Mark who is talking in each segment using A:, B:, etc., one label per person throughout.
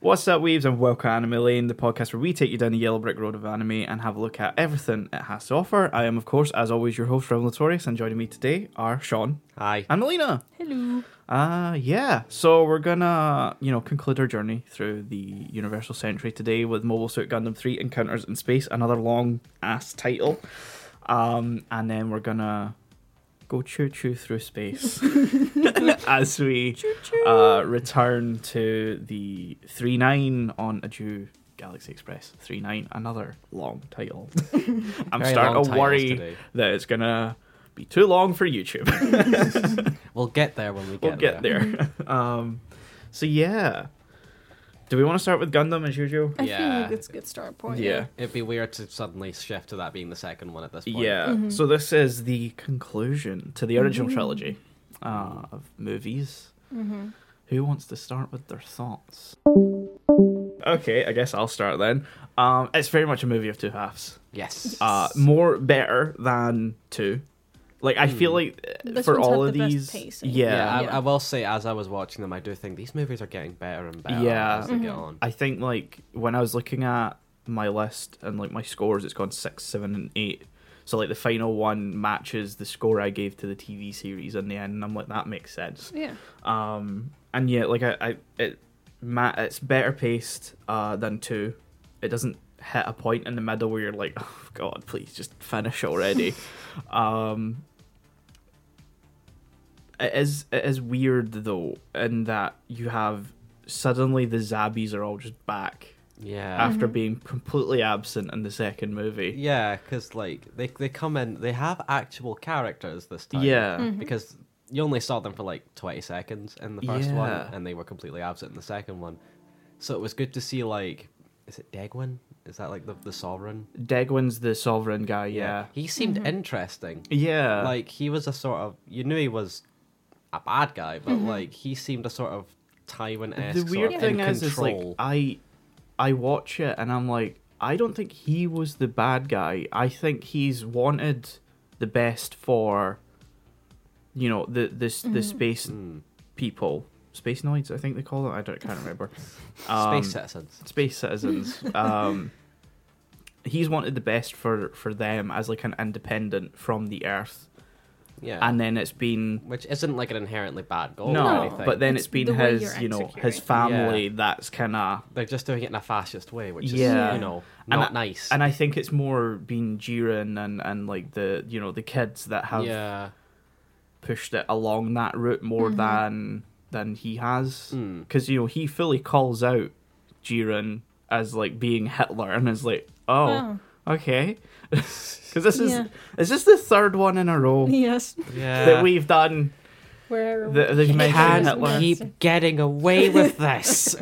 A: What's up, Waves, and welcome to Anime Lane, the podcast where we take you down the yellow brick road of anime and have a look at everything it has to offer. I am, of course, as always, your host, Rev Latorius, and joining me today are Sean
B: Aye.
A: and Melina.
C: Hello.
A: Uh, yeah, so we're gonna, you know, conclude our journey through the Universal Century today with Mobile Suit Gundam 3 Encounters in Space, another long ass title. Um, and then we're gonna go choo choo through space as we uh, return to the 3 9 on a due Galaxy Express 3 9, another long title. I'm
B: Very long
A: starting to
B: titles
A: worry
B: today.
A: that it's gonna be too long for YouTube
B: We'll get there when we get
A: we'll get
B: there.
A: there. um, so yeah, do we want to start with Gundam as usual?
C: I
B: Yeah.
C: feel like it's a good start point.
B: It'd be weird to suddenly shift to that being the second one at this point.
A: yeah.
C: Mm-hmm.
A: So this is the conclusion to the original trilogy uh, of movies.
C: Mm-hmm.
A: Who wants to start with their thoughts? Okay, I guess I'll start then. Um, it's very much a movie of two halves.
B: Yes.
A: Uh, more better than two. Like I feel like uh,
C: This
A: for
C: one's
A: all
C: had
A: of
C: the best
A: these,
C: pacing.
B: yeah,
C: yeah.
B: I, I will say, as I was watching them, I do think these movies are getting better and better
A: Yeah.
B: as they get on.
A: I think like when I was looking at my list and like my scores, it's gone six, seven, and eight. So like the final one matches the score I gave to the TV series in the end, and I'm like that makes sense.
C: Yeah.
A: Um, and yeah, like I, I it, Matt, it's better paced uh, than two. It doesn't hit a point in the middle where you're like, oh god, please just finish already. um, it is it is weird though in that you have suddenly the Zabbies are all just back
B: Yeah. Mm-hmm.
A: after being completely absent in the second movie.
B: Yeah, because like they they come in, they have actual characters this time.
A: Yeah. Mhm.
B: because you only saw them for like twenty seconds in the first one,
A: Yeah.
B: and they were completely absent in the second one. So it was good to see like, is it Degwin? Is that like the the sovereign?
A: Degwin's the sovereign guy. Yeah,
B: he seemed interesting.
A: yeah,
B: Like he was a sort of you knew he was a bad guy, but like he seemed a sort of Tywin
A: Mm-hmm. the
B: esque.
A: weird
B: sort of
A: thing
B: in
A: is, is like
B: control.
A: I, I watch it and I'm like, I don't think he was the bad guy. I think he's wanted the best for, you know, the this
C: Mm-hmm.
A: the space
B: Hmm.
A: people, space noids. I think they call them. I don't can't remember. Um,
B: space citizens.
A: space citizens. Um, he's wanted the best for for them as like an independent from the Earth,
B: Yeah,
A: and then it's been
B: which isn't like an inherently bad goal or
A: no,
B: anything.
A: but then
C: It's
A: it's been
C: the way
A: his,
C: you're
A: you know, his
C: executing.
A: family. That's kind of
B: they're just doing it in a fascist way, which
A: Yeah.
B: is you know
A: And
B: not
A: I-
B: nice.
A: And I think it's more been Jiren and, and like the you know the kids that have
B: yeah,
A: pushed it along that route more
C: Mm-hmm.
A: than than he has
B: Mm.
A: because you know he fully calls out Jiren as like being Hitler and is like oh, okay because this is
C: Yeah.
A: is this the third one in a row
C: Yes.
B: yeah.
A: that we've done
C: Where
A: that they've mentioned
C: Can't
A: Hitler
C: learn.
B: keep getting away with this.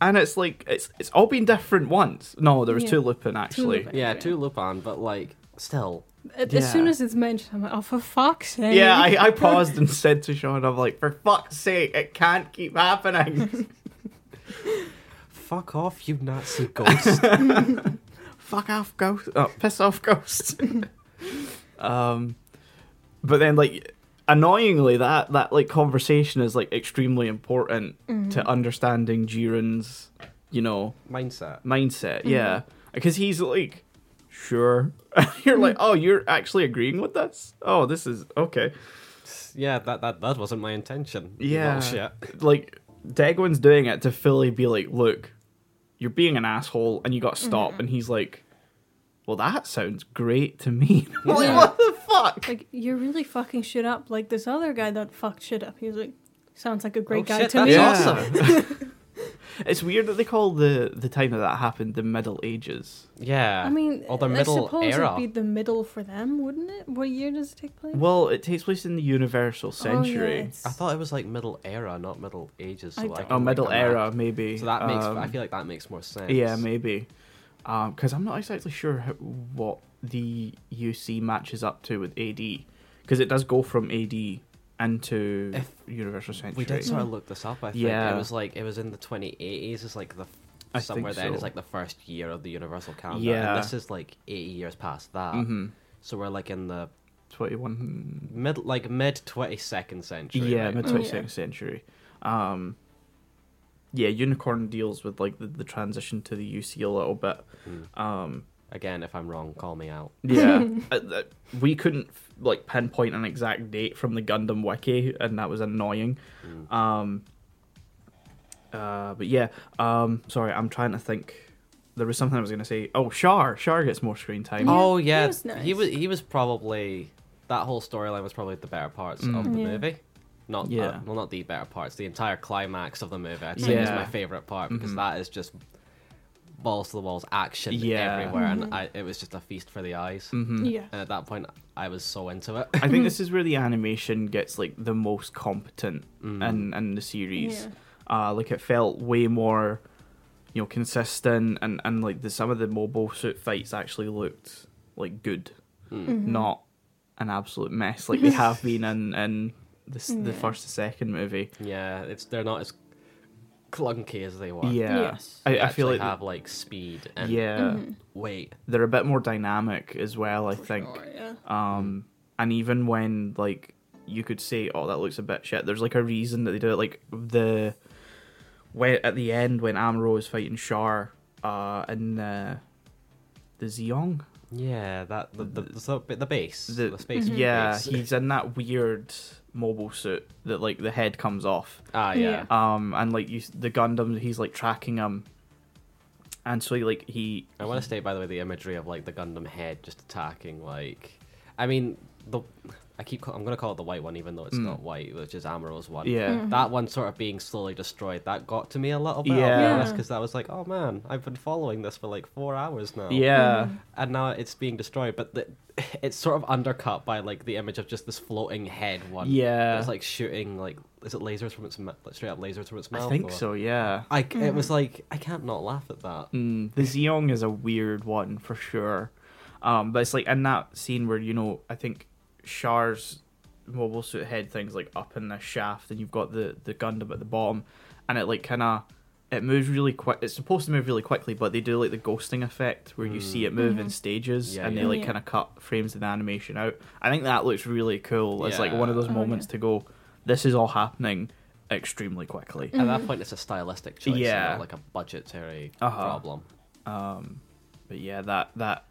A: and it's like it's it's all been different once no there was
C: Yeah.
A: two Lupin actually
C: Lupin.
B: yeah, to Lupin, but like still,
C: as
A: Yeah.
C: soon as it's mentioned, I'm like, oh, for fuck's sake.
A: Yeah, I, I paused and said to Sean, I'm like, for fuck's sake, it can't keep happening.
B: fuck off, you Nazi ghost.
A: Fuck off, ghost. Oh, piss off, ghost. um, but then, like, annoyingly, that, that, like, conversation is, like, extremely important to understanding Jiren's, you know,
B: Mindset.
A: mindset. Yeah. Because he's like, sure. you're like, oh, you're actually agreeing with this? Oh, this is okay.
B: Yeah, that that that wasn't my intention. you
A: Yeah.
B: little shit.
A: Like Dagwin's doing it to Philly be like, look, you're being an asshole and you got
B: Mm-hmm.
A: stopped and he's like, Well that sounds great to me. I'm like,
B: Yeah.
A: what the fuck?
C: Like, you're really fucking shit up. Like, this other guy that fucked shit up, he was like, sounds like a great
B: Oh,
C: guy
B: shit,
C: to
B: that's
C: me.
B: awesome.
A: it's weird that they call the the time that that happened the Middle Ages.
B: Yeah.
C: I mean,
B: or the
C: I
B: middle
C: suppose
B: era.
C: it'd be the middle for them, wouldn't it? What year does it take place?
A: Well, it takes place in the Universal
C: Oh, yeah,
A: Century.
C: it's-
B: I thought it was like middle era, not middle ages. So
C: I
B: I
C: don't-
B: can
A: or
B: make
A: Middle
B: that
A: Era,
B: match.
A: maybe.
B: So that makes.
A: Um,
B: I feel like that makes more sense.
A: Yeah, maybe. Because I'm not exactly sure how, what the UC matches up to with AD. Because it does go from AD into
B: If
A: Universal Century.
B: We did sort of look this up. I think
A: Yeah.
B: it was like it was in the 2080s. It's like the f-
A: I think
B: somewhere then
A: so.
B: is like the first year of the Universal calendar.
A: Yeah.
B: and this is like 80 years past that.
A: hmm
B: So we're like in the
A: 21.
B: mid, like mid 22nd century.
A: yeah,
B: right
A: mid
B: now.
A: 22nd century. Um, yeah, Unicorn deals with like the, the transition to the UC a little bit.
B: Mm.
A: Um,
B: Again, if I'm wrong, call me out.
A: yeah, Uh, uh, we couldn't like pinpoint an exact date from the Gundam wiki, and that was annoying.
B: Mm.
A: Um, uh, but yeah, um, sorry, I'm trying to think. There was something I was going to say. Oh, Shar, Shar gets more screen time.
C: Yeah,
B: oh
C: he
B: yeah,
C: was nice.
B: he was he was probably that whole storyline was probably the better parts of
A: Mm.
B: the
C: Yeah.
B: movie. Not yeah.
A: Yeah.
B: well, not the better parts. The entire climax of the movie, I'd say, is
A: Yeah.
B: my favorite part because
A: Mhm.
B: that is just balls to the walls action
A: Yeah.
B: everywhere, and I, it was just a feast for the eyes.
A: Mhm.
C: Yeah.
B: And at that point, I was so into it.
A: I think this is where the animation gets like the most competent
B: Mm.
A: in, in the series.
C: Yeah.
A: Uh, like it felt way more, you know, consistent and, and like the some of the mobile suit fights actually looked like good,
B: Mm.
C: Mm-hmm.
A: not an absolute mess like they have been in in the, s the
C: Yeah.
A: first and second movie.
B: Yeah, it's they're not as clunky as they were.
A: Yeah,
C: Yes. Mm-hmm.
A: I,
B: They
A: I feel
B: actually
A: like
B: have like speed and
A: yeah,
B: weight.
A: they're a bit more dynamic as well. I
C: For
A: think.
C: sure, yeah.
A: Um, and even when like you could say, "Oh, that looks a bit shit," there's like a reason that they do it. Like the when at the end when Amuro is fighting Shar, uh, in the the Zeong,
B: Yeah, that the the, the, so- the base,
A: The- Mm-hmm.
B: the, space.
A: yeah,
B: base.
A: he's in that weird mobile suit that like the head comes off.
B: ah yeah.
A: Um, and like you, s- the Gundam, he's like tracking him, and so he, like he,
B: I want to state, by the way, the imagery of like the Gundam head just attacking. Like, I mean, the I keep call, I'm gonna call it the white one, even though it's
A: Mm.
B: not white, which is Amuro's one.
A: yeah,
B: That one sort of being slowly destroyed. That got to me a little bit,
A: Yeah.
B: yeah.
C: Yeah.
B: because I was like, oh man, I've been following this for like four hours now.
A: yeah,
B: and now it's being destroyed. But the, it's sort of undercut by like the image of just this floating head one.
A: Yeah.
B: Hmm. it's like shooting like is it lasers from its mouth? Like, straight up lasers from its mouth.
A: I think
B: or-
A: so, yeah.
B: I c- it was like I can't not laugh at that.
A: Mm, the Zeong is a weird one for sure. Um, but it's like in that scene where, you know, I think Char's mobile suit head thing's like up in the shaft and you've got the, the Gundam at the bottom and it like kinda it moves really quick it's supposed to move really quickly, but they do like the ghosting effect where you see it move in stages
B: Mm-hmm. Yeah,
A: and they
B: yeah.
A: like
C: Yeah.
A: kinda cut frames of the animation out. I think that looks really cool. It's like one of
B: Yeah.
A: those
C: Oh,
A: moments
C: yeah.
A: to go, This is all happening extremely quickly.
B: At
C: Mm-hmm.
B: that point, it's a stylistic choice, and
A: Yeah.
B: not like a budgetary
A: Uh-huh.
B: problem.
A: Um, but yeah, that that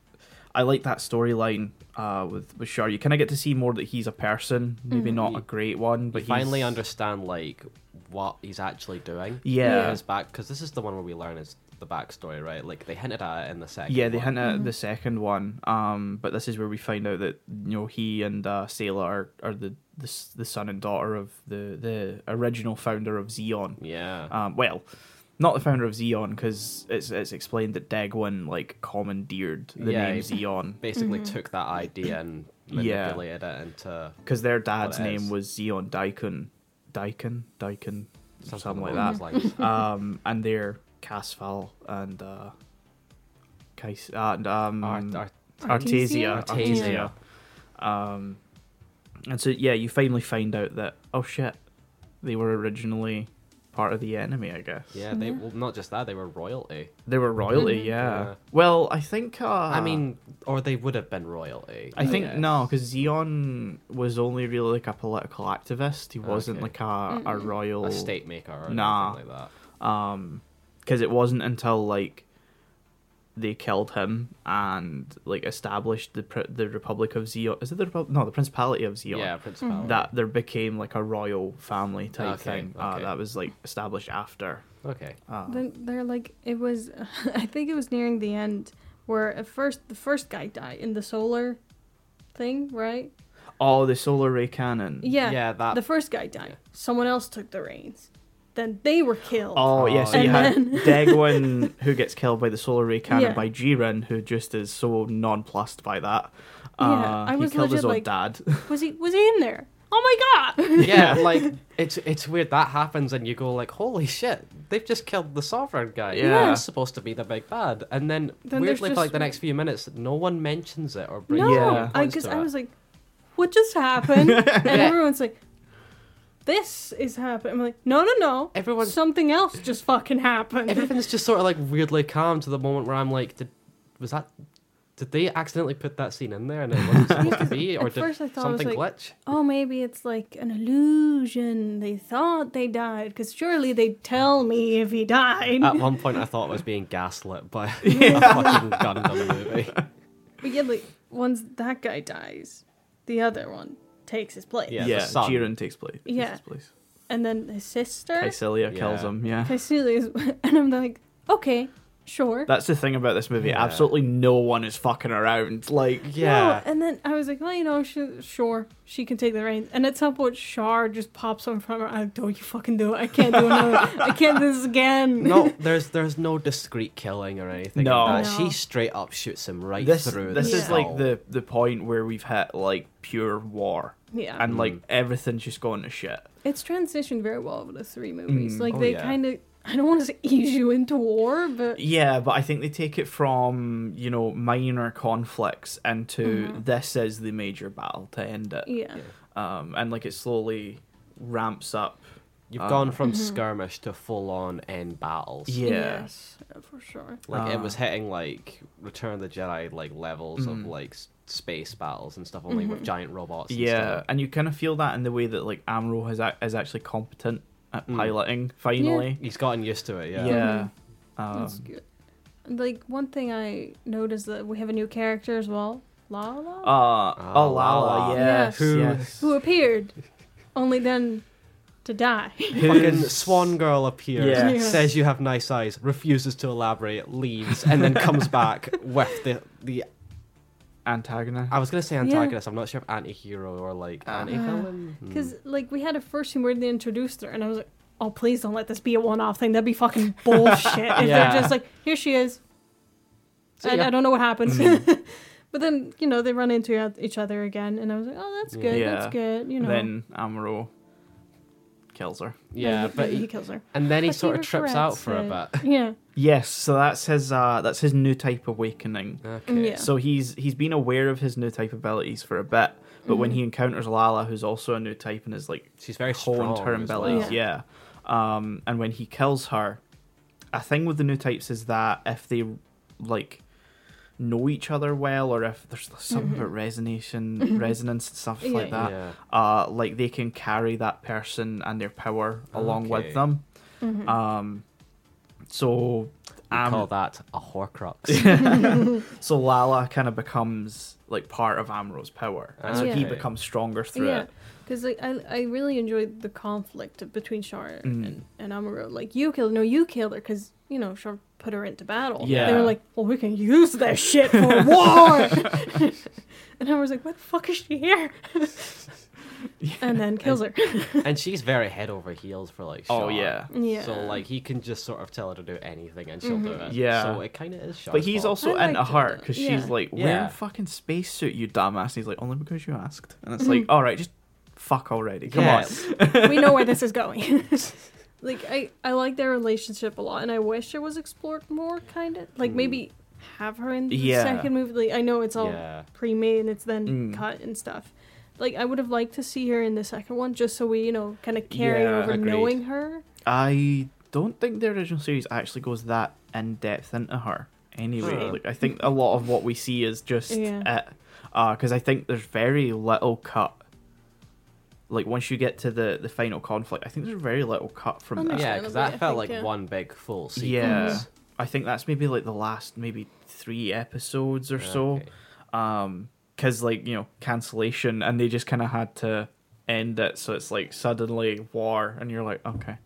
A: I like that storyline uh, with with Shar. You kind of get to see more that he's a person, maybe not a great one, but
B: But finally
A: he's-
B: understand like what he's actually doing.
A: Yeah.
B: his back because this is the one where we learn is the backstory, right? Like they hinted at it in the second.
A: Yeah, they
B: one.
A: hint at the second one, um, but this is where we find out that you know he and uh, Sailor are, are the, the s- the son and daughter of the the original founder of Xeon.
B: Yeah.
A: Um, well, not the founder of Xeon because it's it's explained that Degwin like commandeered the
B: Yeah,
A: name
B: he-
A: Xeon
B: Basically,
C: Mm-hmm.
B: took that idea and
A: Yeah.
B: manipulated it into
A: because their dad's
B: it
A: name
B: is.
A: was Xeon Daikun, Daikun, Daikun, something, like
B: along
A: that.
B: those lines.
A: um, and they're Casfal and uh, Kais- and um,
B: Art- art-
A: Artesia,
C: Artesia?
A: Artesia. Um, and so yeah, you finally find out that oh shit, they were originally part of the enemy. I guess
B: yeah, they well, not just that they were royalty.
A: they were royalty. Yeah.
B: Yeah.
A: Well, I think. Uh,
B: I mean, or they would have been royalty.
A: I think
B: guess.
A: no, because Xeon was only really like a political activist. He wasn't
B: Oh, Okay.
A: like a, a royal
B: a state maker or
A: Nah.
B: anything like
A: um because it wasn't until like they killed him and like established the pr- the Republic of Zeon. Is it the Republic? No, the Principality of
B: that.
A: Zeon.
B: Yeah, principality.
A: That there became like a royal family type
B: Okay,
A: thing Uh,
B: okay.
A: that was like established after. uh,
B: Okay.
C: Then they're like, it was, I think it was nearing the end where at first the first guy died in the solar thing, right?
A: Oh, the solar ray cannon.
C: Yeah.
B: Yeah, that-
C: The first guy died. Someone else took the reins. Then they were killed.
A: Oh, yeah, so
B: Oh,
A: you
C: yeah.
A: had Degwin who gets killed by the solar ray cannon
C: Yeah.
A: by Jiren, who just is so nonplussed by that.
C: Yeah,
A: Uh,
C: I
A: he
C: was
A: killed his
C: legit,
A: own
C: like-
A: dad.
C: Was he was he in there? Oh my god.
B: Yeah, like it's it's weird that happens and you go like, holy shit, they've just killed the sovereign guy.
A: Yeah.
B: He's supposed to be the big bad, and then,
C: Then there's
B: weirdly for like
C: just-
B: the next few minutes, no one mentions it or brings
C: no.
B: any
A: Yeah.
C: I
B: points
C: cuz
B: to
C: I
B: it.
C: was like what just happened? and everyone's like this is happening. I'm like, no, no, no.
B: Everyone's-
C: something else just fucking happened.
B: everything's just sort of like weirdly calm to the moment where I'm like, did was that Did they accidentally put that scene in there and it wasn't supposed to be, or
C: At
B: did
C: first I thought it was
B: something
C: like-
B: glitch?
C: Oh, maybe it's like an illusion. They thought they died because surely they'd tell me if he died.
B: At one point, I thought I was being gaslit by a fucking Gundam movie.
C: but yeah, like once that guy dies, the other one takes his place.
B: Yeah,
A: Yeah,
B: the son.
A: Jiren takes place. takes
C: Yeah.
A: his place.
C: And then his sister.
A: Caecilia kills
B: Yeah.
A: him. Yeah.
C: Caecilia's, and I'm like, okay, sure.
A: That's the thing about this movie.
B: Yeah.
A: Absolutely no one is fucking around. Like,
B: Yeah,
C: No, and then I was like, well, you know, she, sure, she can take the reins. And at some point, Shar just pops up in front of her. I'm like, don't you fucking do it. I can't do another. I can't do this again.
B: no, there's there's no discreet killing or anything.
A: No.
B: like that.
C: No.
B: she straight up shoots him right
A: this
B: through.
A: this
B: the
A: is like
B: skull.
A: the the point where we've hit like pure war
C: Yeah.
B: Mm.
A: and like everything's just going to shit.
C: it's transitioned very well over the three movies. Like,
B: Oh,
C: they
B: yeah.
C: kind of, I don't want to say ease you into war, but
A: Yeah, but I think they take it from you know minor conflicts into this is the major battle to end it.
C: Mm-hmm. yeah.
B: Yeah.
A: Um, and like it slowly ramps up.
B: You've
A: Uh,
B: gone from skirmish to full on end battles.
A: Yeah.
C: Yes, for sure.
B: Like
A: Uh.
B: it was hitting like Return of the Jedi like levels
A: Mm-hmm.
B: of like s- space battles and stuff, only with giant robots. And
A: yeah,
B: stuff.
A: and you kind of feel that in the way that like Amro has ac is actually competent at
B: Mm.
A: piloting finally.
B: he's gotten used to it.
A: Yeah.
B: Yeah,
A: Um,
C: Mm-hmm. That's good. Like, one thing I noticed that we have a new character as well Lala?
A: Uh,
B: Ah,
A: oh, Lala,
B: Lala.
A: yes,
B: Who-
A: yes.
C: who appeared, only then to die.
B: fucking
A: Who's-
B: Swan Girl appears,
A: Yeah.
C: Yeah.
B: says you have nice eyes, refuses to elaborate, leaves, and then comes back with the the.
A: antagonist?
B: I was gonna say antagonist. I'm not sure if anti-hero or like
A: Ah.
B: anti-villain. Hmm.
C: Because like we had a first scene where they introduced her, and I was like, "Oh, please don't let this be a one-off thing. That'd be fucking bullshit." If
B: Yeah.
C: they're just like, "Here she is,"
B: So,
C: I,
B: yeah. Mm.
C: I don't know what
A: Mm.
C: happens. but then you know they run into each- each other again, and I was like, "Oh,
B: Mm,
C: that's good.
A: Yeah.
C: That's good." You know.
A: Then Amro kills her.
B: Yeah,
C: he,
B: but
C: he,
B: he,
C: kills her.
B: and then he
C: But
B: sort of trips
C: regrets
B: out for a
C: it.
B: bit.
C: Yeah.
A: Yes, so that's his uh that's his new type awakening.
B: Okay.
C: Mm, Yeah.
A: So he's he's been aware of his new type abilities for a bit, but
C: Mm-hmm.
A: when he encounters Lala, who's also a new type and is like
B: She's very
A: whole
B: strong.
A: in her
B: as
A: abilities,
B: well.
A: yeah. Um, and when he kills her, a thing with the new types is that if they like know each other well, or if there's something about resonation, resonance, and stuff
C: Mm-hmm. Yeah,
A: like that,
B: Yeah.
A: uh, like they can carry that person and their power along
B: Okay.
A: with them.
C: Mm-hmm.
B: Ah,
A: Um, so,
B: We
A: um,
B: call that a Horcrux.
A: so Lala kind of becomes like part of Amro's power, and so he
B: Okay.
A: becomes stronger through
C: Yeah.
A: it.
C: Because like I, I really enjoyed the conflict between Shar
A: Mm.
B: Mm-hmm.
C: and, and Amuro. Like you killed, no, you killed her because you know Shar put her into battle. they
A: Yeah.
C: were like, well, we can use this shit for war. and I was like, what the fuck is she here? And then kills her.
B: and she's very head over heels for like.
A: Oh,
B: Shar.
A: yeah.
C: Yeah. Mm-hmm.
B: So like he can just sort of tell her to do anything and she'll do it.
A: Yeah.
B: So it kind of is. Shar's
A: But he's
B: fault.
A: also
C: I
A: into
C: liked it,
A: her
C: though.
A: because
C: Yeah.
A: she's like, wear
B: Yeah.
A: a fucking spacesuit, you dumbass. And he's like, only because you asked. And it's like, all right, just fuck already. Come
B: yeah.
A: on.
C: we know where this is going. like I, I like their relationship a lot, and I wish it was explored more. Kind of like maybe have her in the
A: Mm. Yeah.
C: second movie. Like I know it's all
B: Yeah.
C: pre-made and it's then
A: Mm.
C: cut and stuff. Like I would have liked to see her in the second one, just so we you know kind of carry
A: Yeah,
C: over
B: agreed.
C: knowing her.
A: I don't think the original series actually goes that in depth into her. Anyway,
B: Sure.
A: like I think a lot of what we see is just
C: Yeah.
A: it, because I think there's very little cut. Like once you get to the the final conflict, I think there's very little cut from
C: Oh, no,
A: that.
B: Yeah, because
C: Understandably, I
B: that felt
C: think, uh,
B: like
C: yeah.
B: one big full sequence.
A: Yeah, I think that's maybe like the last maybe three episodes or so.
B: Oh, Okay.
A: um because like you know cancellation and they just kind of had to end it so it's like suddenly war and you're like okay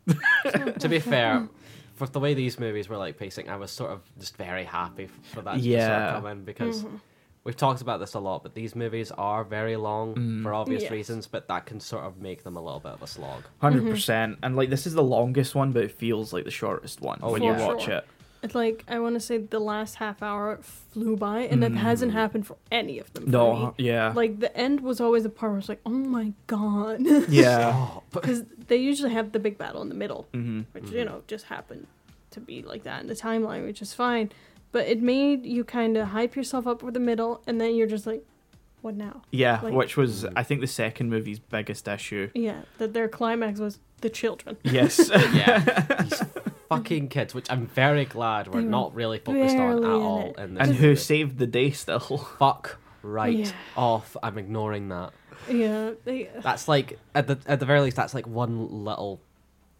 B: to be fair, for the way these movies were like pacing, I was sort of just very happy f- for that to sort
A: Yeah.
B: of come in because
C: Mm-hmm.
B: we've talked about this a lot, but these movies are very long
A: Mm.
B: for obvious
C: Yes.
B: reasons, but that can sort of make them a little bit of a slog.
A: 100% percent
C: Mm-hmm.
A: and like this is the longest one but it feels like the shortest one
B: Oh,
A: when
B: for
A: you watch
C: sure.
A: it
C: It's like I want to say the last half hour flew by, and it hasn't happened for any of them. for
A: Mm. no
C: me.
A: yeah
C: Like the end was always the part where it's like, oh my god,
A: yeah
B: Oh, but
C: because they usually have the big battle in the middle.
A: hmm
C: which you know just happened to be like that in the timeline, which is fine. But it made you kind of hype yourself up for the middle, and then you're just like, what now?
A: yeah
C: Like-
A: which was
B: Mm.
A: i think the second movie's biggest issue
C: Yeah, that their climax was the children.
A: yes
B: yeah, these fucking kids, which I'm very glad we're
C: They were
B: not really focused on at
C: barely in
B: all.
C: it.
B: In this
A: and who
B: movie.
A: saved the day still?
B: Fuck right
C: Yeah.
B: off. I'm ignoring that.
C: Yeah, they,
B: That's like at the at the very least, that's like one little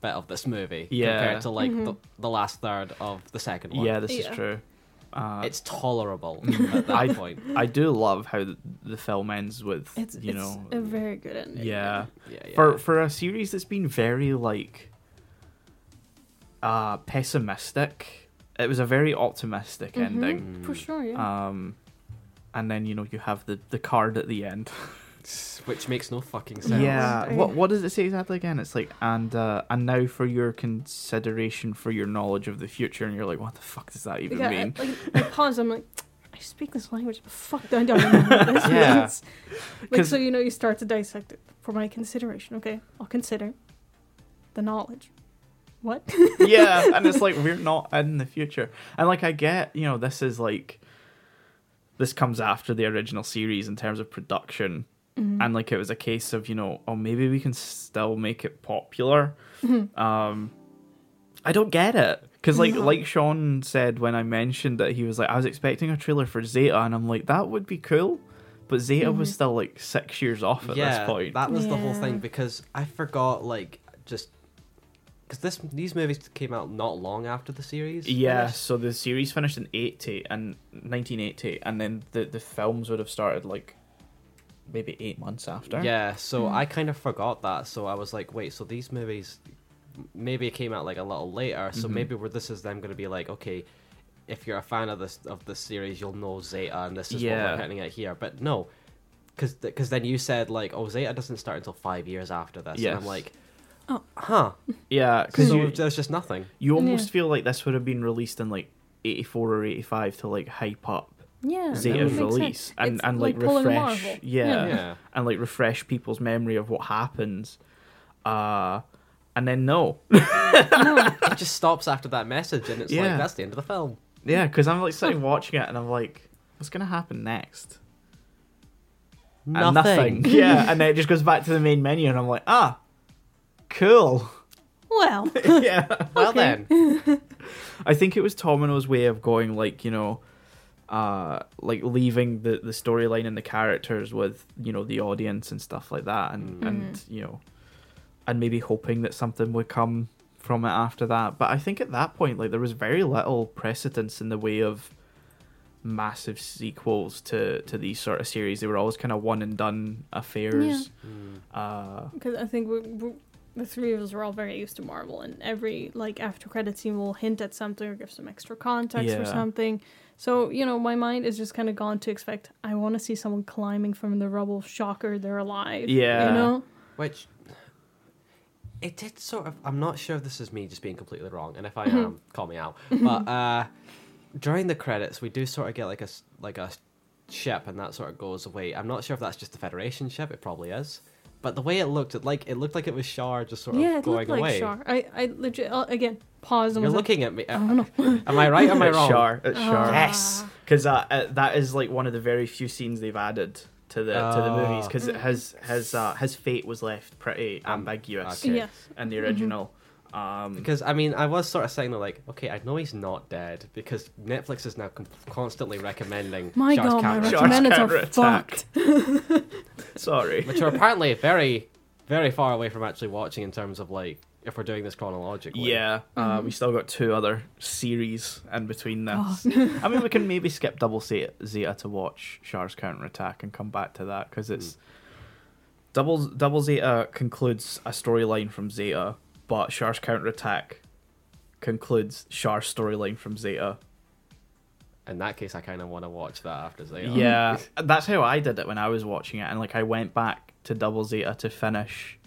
B: bit of this movie
A: Yeah.
B: compared to like
C: Mm-hmm.
B: the, the last third of the second one.
A: Yeah, this is
C: Yeah.
A: true. Uh,
B: it's tolerable at that
A: Mm. I-
B: point.
A: I do love how the, the film ends with
C: it's
A: you
C: it's
A: know
C: a very good ending.
A: yeah.
B: Yeah, yeah.
A: for for a series that's been very like uh pessimistic. It was a very optimistic
C: Mhm,
A: ending.
C: for sure. Yeah,
A: Um, and then you know you have the the card at the end.
B: which makes no fucking sense.
A: Yeah.
C: Very-
A: What What does it say exactly again? It's like and uh, and now for your consideration for your knowledge of the future, and you're like, what the fuck does that even
C: like, I, I-
A: mean?
C: uh, like I pause. I'm like, I speak this language, but fuck, I don't remember what this
A: Yeah.
C: means. Like,
A: 'Cause-
C: so you know, you start to dissect it for my consideration. Okay, I'll consider the knowledge. What?
A: yeah, and it's like we're not in the future. And like I get, you know, this is like this comes after the original series in terms of production.
C: Mm-hmm.
A: And like it was a case of, you know, oh maybe we can still make it popular. Um I don't get it. Cause like
C: No.
A: like Sean said when I mentioned that he was like, I was expecting a trailer for Zeta and I'm like, that would be cool. But Zeta was still like six years off at
B: yeah,
A: this point.
B: That was the whole thing
C: Yeah.
B: because I forgot like just because this these movies came out not long after the series.
A: Yeah,
B: finished.
A: so the series finished in eighty and nineteen eighty, and then the the films would have started like maybe eight months after.
B: Yeah, so
C: Hmm.
B: I kind of forgot that. So I was like, wait, so these movies maybe it came out like a little later.
A: Mm-hmm.
B: So maybe where this is them going to be like, okay, if you're a fan of this of this series, you'll know Zeta, and this is what
A: Yeah.
B: we're hitting at here. But no, because because then you said like, oh, Zeta doesn't start until five years after this. And
A: Yes.
B: I'm like,
C: Oh.
B: huh?
A: yeah, because
B: So
A: you
B: there's just nothing.
A: you almost feel like this would have been released in like eighty four or eighty five to like hype up
C: yeah,
A: Zeta's
B: makes
A: release and and like,
C: pulling
A: refresh,
C: Marvel.
A: yeah,
B: Yeah.
A: and like refresh people's memory of what happens, uh, and then no,
B: it just stops after that message, and it's
A: Yeah.
B: like that's the end of the film.
A: yeah, because I'm like sitting watching it and I'm like, what's gonna happen next? and yeah, and then it just goes back to the main menu, and I'm like, ah, cool.
C: Well,
A: yeah,
B: Well
C: Okay.
B: then,
A: I think it was Tomino's way of going like you know, uh, like leaving the the storyline and the characters with you know the audience and stuff like that, and and you know, and maybe hoping that something would come from it after that. But I think at that point, like there was very little precedence in the way of massive sequels to to these sort of series. They were always kind of one and done affairs. Uh,
C: because I think we, we, the three of us were all very used to Marvel, and every like after credit scene will hint at something or give some extra context
A: Yeah.
C: for something. So you know, my mind is just kind of gone to expect. I want to see someone climbing from the rubble. Shocker, they're alive.
A: Yeah.
C: you know.
B: which it did sort of. I'm not sure if this is me just being completely wrong, and if
C: Mm-hmm.
B: I am, call me out. But uh, during the credits, we do sort of get like a s- like a ship, and that sort of goes away. I'm not sure if that's just the Federation ship. It probably is. But the way it looked, it like it looked like it was Shar just sort of
C: Yeah, it
B: going
C: looked like
B: away.
C: Char. I, I legit uh, again pause and
B: You're
C: was
B: looking at me. uh,
C: Like, "Oh." I don't know.
B: Am I right? or Am I
A: It's
B: wrong?
A: Char. It's Char.
B: Yes.
A: because uh, uh, that is like one of the very few scenes they've added to the to the movies
B: Oh.
A: because his his uh, his fate was left pretty
B: Um,
A: ambiguous
B: okay.
C: Yes.
A: in the original. Um,
B: Because I mean, I was sort of saying that, like, okay, I know he's not dead because Netflix is now com- constantly recommending
C: My
B: Char's
C: god, my
B: character,
A: Shark
C: recommendeds
A: counter
C: are
A: attack.
C: fucked.
A: sorry,
B: which are apparently very, very far away from actually watching in terms of like if we're doing this chronologically.
A: yeah, uh, we still got two other series in between this. I mean, we can maybe skip Double Zeta, Zeta to watch Shar's counterattack and come back to that because it's double Double Zeta concludes a storyline from Zeta, but Shar's counterattack concludes Shar's storyline from Zeta.
B: In that case, I kind of want to watch that after Zeta.
A: Yeah, that's how I did it when I was watching it, and like I went back to Double Zeta to finish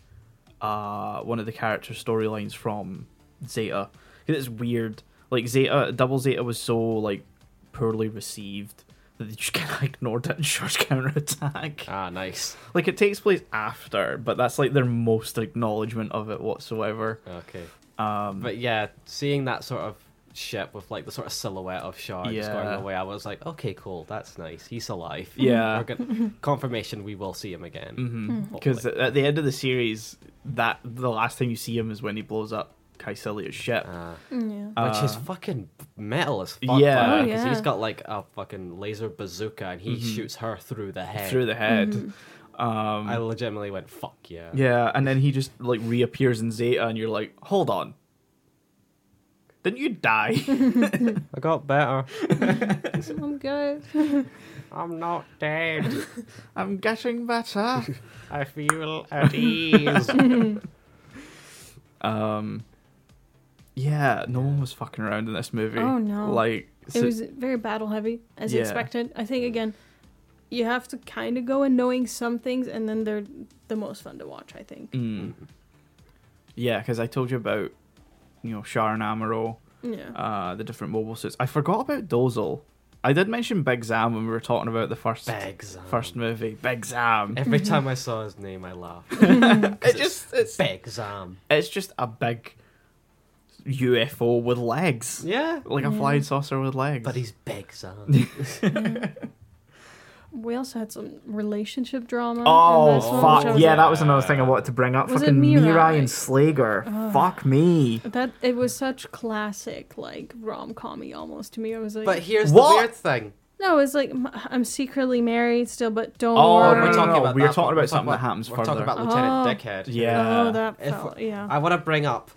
A: uh, one of the character storylines from Zeta. 'Cause It's weird, like Zeta, Double Zeta was so like poorly received that they just kind of ignored it in Short Counterattack.
B: Ah, nice.
A: Like it takes place after, but that's like their most acknowledgement of it whatsoever.
B: Okay. Um. But yeah, seeing that sort of ship with like the sort of silhouette of Shar just going
A: Yeah.
B: away, I was like, okay, cool, that's nice. He's alive.
A: Yeah. Mm-hmm.
B: We're gonna- confirmation. We will see him again.
A: Because
B: hopefully.
A: at the end of the series, that the last time you see him is when he blows up Caecilia's ship.
B: Uh,
C: Yeah.
B: which is
A: Uh,
B: fucking metal as
A: yeah.
B: fuck. Yeah,
A: Oh,
B: because
C: yeah.
B: he's got like a fucking laser bazooka and he shoots her through the head.
A: Mm-hmm. through the head.
B: I legitimately went fuck yeah.
A: Yeah, and then he just like reappears in Zeta, and you're like, hold on. Didn't you die?
B: I got better.
C: I'm good.
B: I'm not dead.
A: I'm getting better.
B: I feel at ease.
A: um, yeah, no one was fucking around in this movie.
C: Oh, no.
A: Like
C: it
A: so-
C: was very battle heavy, as
A: Yeah. Mm.
C: expected. I think again, you have to kind of go in knowing some things, and then they're the most fun to watch. I think.
A: Mm. yeah, because I told you about you know Sharon Amaro,
C: Yeah.
A: uh, the different mobile suits. I forgot about Dozel. I did mention Big Zam when we were talking about the first
B: Big Zam.
A: first movie. Big Zam.
B: um, Every time I saw his name, I laughed.
A: It just it's
B: Big Zam.
A: it's just a big UFO with legs.
B: Yeah.
A: Like a flying saucer with legs.
B: But he's um. Big Zam.
C: we also had some relationship drama. in
A: Oh
C: this one, which I
A: fuck!
C: was
A: Yeah,
C: like-
A: that was another thing I wanted to bring up.
C: Was it
A: Fucking
C: Mirai?
A: Mirai and Slager. Fuck me.
C: That it was such classic like rom commy almost to me. I was like,
B: But here's
A: What?
B: the weird thing.
C: no, it's like m- I'm secretly married still, but don't
A: Oh,
C: worry.
A: no, no,
B: We're talking
A: no,
B: about
A: we were
B: that
A: talking
B: one.
A: about
B: We're
A: something that happens
B: We're
A: further.
B: talking about Lieutenant
C: Oh.
B: Dickhead.
A: Yeah.
C: Oh, that
B: If-
C: felt, yeah.
B: I want to bring up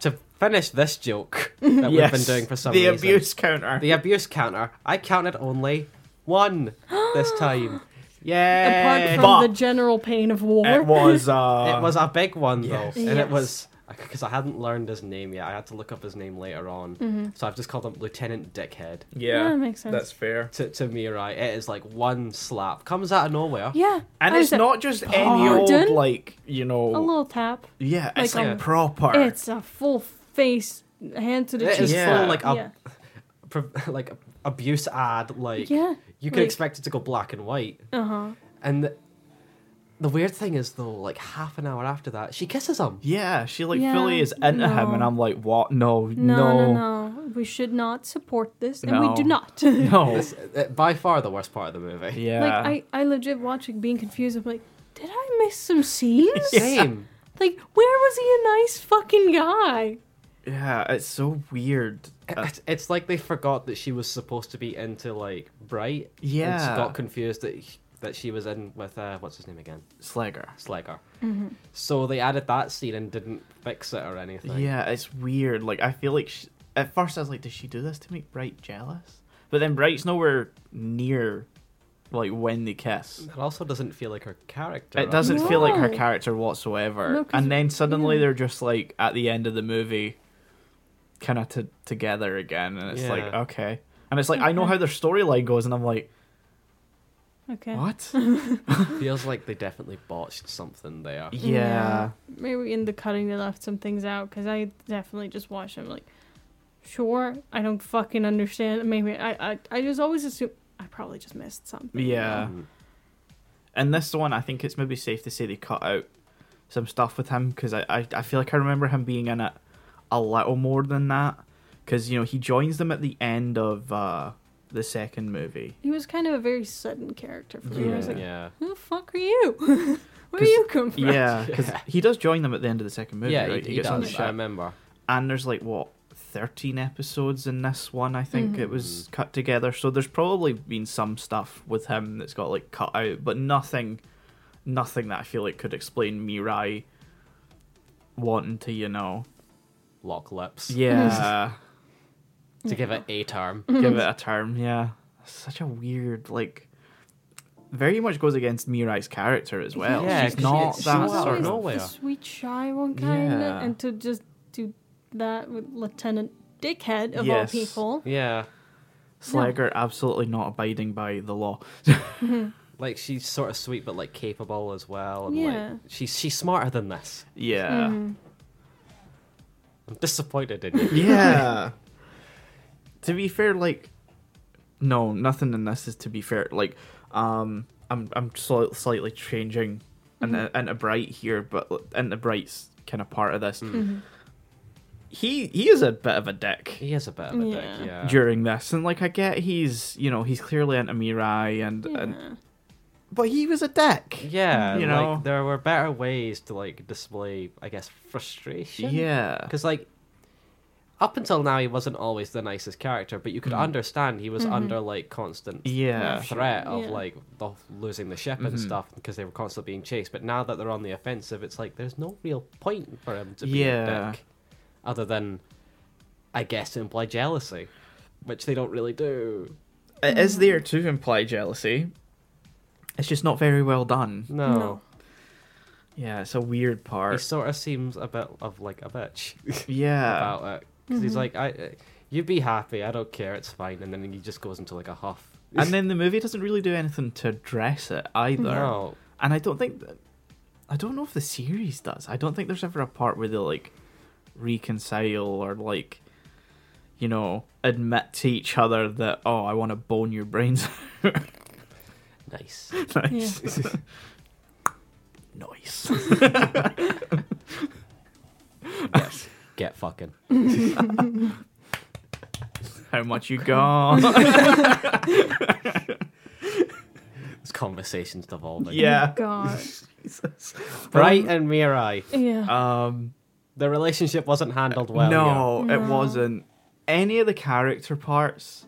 B: to finish this joke that
A: Yes,
B: we've been doing for some
A: the
B: reason.
A: abuse counter.
B: The abuse counter. I counted only one this time.
C: Apart
B: Yeah.
C: from
A: But-
C: the general pain of war.
A: It was. Uh,
B: it was a big one
A: Yes.
B: though, and it
C: Yes.
B: was because I hadn't learned his name yet. I had to look up his name later on,
C: Mm-hmm.
B: so I've just called him Lieutenant Dickhead.
A: Yeah,
C: Yeah, makes sense.
A: That's fair.
B: To, to me, right, it is like one slap comes out of nowhere.
C: Yeah.
A: And
C: I
A: it's
C: was like,
A: not just any old
C: Pardon?
A: like you
C: a
A: know.
C: little tap.
A: Yeah, it's
C: like
A: like
C: a-
A: proper.
C: It's a full face, hand to the
B: It
C: cheek.
B: is
A: Yeah.
B: full like a
C: yeah.
B: pro- like abuse ad. Like
C: Yeah,
B: you could
C: like-
B: expect it to go black and white.
C: Uh huh.
B: And the, the weird thing is though, like half an hour after that, she kisses him.
A: Yeah, she like
C: Yeah,
A: fully is into him, and
C: no.
A: I'm like, what? No,
C: No, no,
A: no,
C: no, We should not support this, and
A: No.
C: we do not.
B: This, uh, by far the worst part of the movie.
A: Yeah,
C: Like I, I legit watching, being confused. I'm like, did I miss some scenes?
B: Same.
C: Like, where was he a nice fucking guy?
A: yeah, it's so weird. Uh,
B: It's, it's like they forgot that she was supposed to be into like Bright. and she
A: Yeah.
B: got confused that he- that she was in with uh, what's his name again,
A: Slager.
B: Slager.
C: Mm-hmm.
B: So they added that scene and didn't fix it or anything.
A: Yeah, it's weird. Like I feel like she, at first I was like, does she do this to make Bright jealous? But then Bright's nowhere near, like when they kiss.
B: It also doesn't feel like her character.
A: It doesn't feel like her
C: No.
A: character whatsoever.
C: No, 'cause-
A: and then suddenly they're just like at the end of the movie, kind of t- together again, and it's like
B: Yeah.
A: okay. And it's like I know how their storyline goes, and I'm like,
C: Okay.
A: what?
B: actually. feels like they definitely botched something there.
A: yeah.
C: Maybe in the cutting they left some things out because I definitely just watched them like, sure, I don't fucking understand. Maybe I, I, I just always assume I probably just missed something.
A: Yeah.
B: Mhm.
A: And this one, I think it's maybe safe to say they cut out some stuff with him because I, I, I feel like I remember him being in it a little more than that. Because, you know, he joins them at the end of uh, the second movie.
C: He was kind of a very sudden character for me. I was
A: Yeah.
C: like,
B: Yeah.
C: who the fuck are you? Where
A: 'Cause-
C: you come from?
A: Yeah, because he does join them at the end of the second movie,
B: Yeah,
A: right?
B: he, he
A: gets on the
B: does. I
A: ship.
B: remember.
A: And there's like, what, 13 episodes in this one, I think it was cut together. So there's probably been some stuff with him that's got like cut out, but nothing, nothing that I feel like could explain Mirai wanting to, you know,
B: Lock lips.
A: Yeah.
B: To give it a term.
A: give it a term, yeah. Such a weird, like, very much goes against Mirai's character as well.
B: Yeah,
A: She's
B: 'cause
A: not
B: she- she
A: that
B: was
A: sort
B: always
A: of.
C: the
B: nowhere.
C: sweet shy one kind of,
A: Yeah.
C: and to just do that with Lieutenant Dickhead of
A: Yes.
C: all people.
B: yeah.
A: Slager absolutely not abiding by the law.
B: Like she's sort of sweet, but like capable as well. And
C: Yeah.
B: Like she's she's smarter than this.
C: Mm-hmm.
A: yeah.
B: I'm disappointed in you.
A: Yeah. to be fair, like, no, nothing in this is to be fair. Like, um, I'm I'm sli- slightly changing into, into Bright here, but l- into Bright's kind of part of this. He he is a bit of a dick.
B: He is a bit of a
C: Yeah.
B: dick. Yeah.
A: during this and like i get he's you know he's clearly into mirai and, and
C: Yeah.
A: but he was a dick.
B: Yeah,
A: You
B: you know,
A: know.
B: there were better ways to like display, I guess, frustration.
A: Yeah.
B: because like up until now he wasn't always the nicest character, but you could understand he was under like constant
A: Mm. Yeah. Mm-hmm.
B: threat of
C: Yeah.
B: like the, losing the ship and stuff because they were constantly being chased. But now that they're on the offensive, it's like there's no real point for him to be
A: Yeah.
B: a dick, other than I guess to imply jealousy, which they don't really do.
A: It is there to imply jealousy. It's just not very well done.
B: No.
C: No.
A: Yeah, it's a weird
B: He
A: part.
B: sort of seems a bit of like a bitch
A: Yeah.
B: about it because he's like, "I, uh, you be happy. I don't care. It's fine." And then he just goes into like a huff.
A: And then the movie doesn't really do anything to address it either.
B: No,
A: And I don't think that, I don't know if the series does. I don't think there's ever a part where they like reconcile or like you know admit to each other that oh I want to bone your brains.
B: nice.
A: nice. nice.
B: Get fucking.
A: How much you got?
B: This conversation's devolving.
A: yeah.
C: Oh God.
B: Bright and Mirai.
C: Yeah.
A: Um
B: The relationship wasn't handled well.
A: no, it
C: No.
A: wasn't. Any of the character parts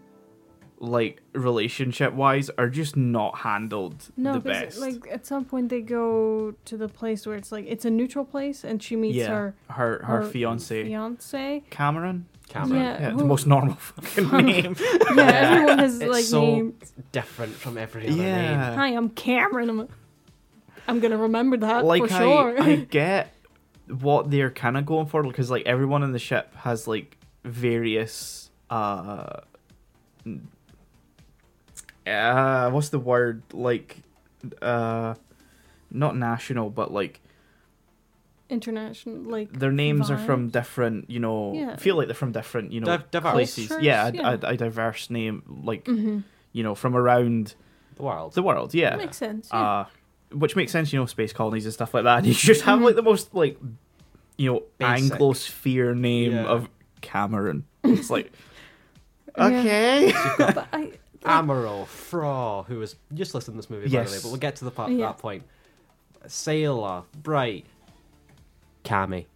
A: like relationship wise are just not handled
C: No,
A: the
C: 'cause,
A: best.
C: like at some point they go to the place where it's like it's a neutral place, and she meets
A: yeah,
C: her
A: her her, fiance
C: fiance.
A: Cameron.
B: Cameron.
C: Yeah.
A: Yeah, the
C: who-
A: most normal fucking name.
C: Yeah, everyone has
B: It's
C: like
B: so
C: named.
B: different from every other name.
A: yeah,
C: Hi, I'm Cameron. I'm, I'm gonna remember that
A: like
C: Uh, for sure.
A: I, I get what they're kind of going for because like everyone in the ship has like various uh, n- uh what's the word like uh not national but like
C: International, like
A: their names are
C: Vibe.
A: from different you know
C: Yeah.
A: feel like they're from different you know
B: Div- diverse.
A: places
C: Cultures,
A: yeah, a-
C: yeah. Mm-hmm.
A: A, a diverse name like you know from around
B: The world.
A: the world yeah
C: makes sense. Yeah.
A: uh, which makes sense, you know, space colonies and stuff like that. And you just have like the most like, you know,
B: Basic.
A: Anglosphere name
B: Yeah.
A: of Cameron. It's like,
C: Yeah.
A: okay,
C: but I,
B: Amaral, Fra, who was useless in this movie, by the way,
A: Yes.
B: but we'll get to the part
C: Yeah.
B: that point. Sailor, Bright, Cammy.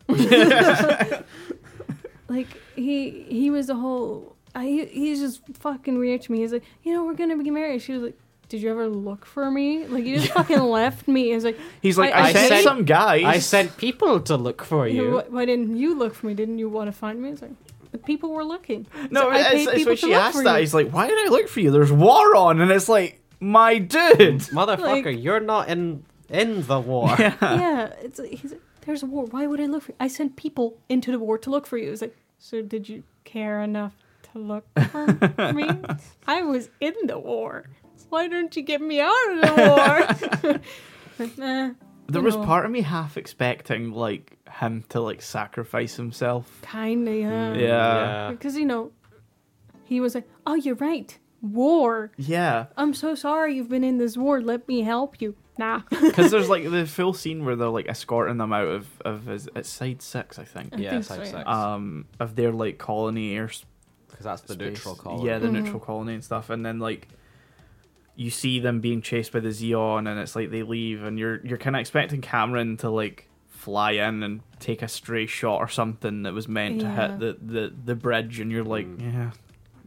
C: like he he was a whole I, he- he's just fucking weird to me he's like you know we're gonna be married she was like did you ever look for me like you just fucking left me he's like
A: he's like, I,
C: I
A: sent,
B: sent-
A: some guys.
B: I sent people to look for
C: you know,
B: you.
C: why, why didn't you look for me didn't you want to find me it's like the people were looking
A: no.
C: So I
A: it's,
C: paid
A: it's
C: people
A: when
C: to
A: she
C: look
A: asked
C: for
A: that,
C: you.
A: he's like, why did I look for you? There's war on, and it's like, my dude.
B: Motherfucker,
C: Like-
B: you're not in in the war.
C: yeah it's like, he's like, there's a war why would I look for you I sent people into the war to look for you it's like so did you care enough to look for me I was in the war why didn't you get me out of the war Like, "Eh, nah.
A: There
C: you
A: was
C: know.
A: part of me half expecting like him to like sacrifice himself.
C: Kinda,
B: Hmm.
C: yeah.
A: Yeah.
C: Because, you know, he was like, oh, you're right. War.
A: Yeah,
C: I'm so sorry you've been in this war. Let me help you. Nah.
A: because there's like the full scene where they're like escorting them out of of his, it's side six, I think.
B: Yeah, yeah
C: think
B: same
C: so, yeah.
B: sex.
A: um of their like colony airspace.
B: Because that's the neutral color.
A: Yeah, the
C: Mm-hmm.
A: neutral colony and stuff, and then like you see them being chased by the Xeon, and it's like they leave, and you're you're kind of expecting Cameron to like fly in and take a stray shot or something that was meant
C: Yeah.
A: to hit the, the the bridge, and you're like,
B: Mm.
A: yeah,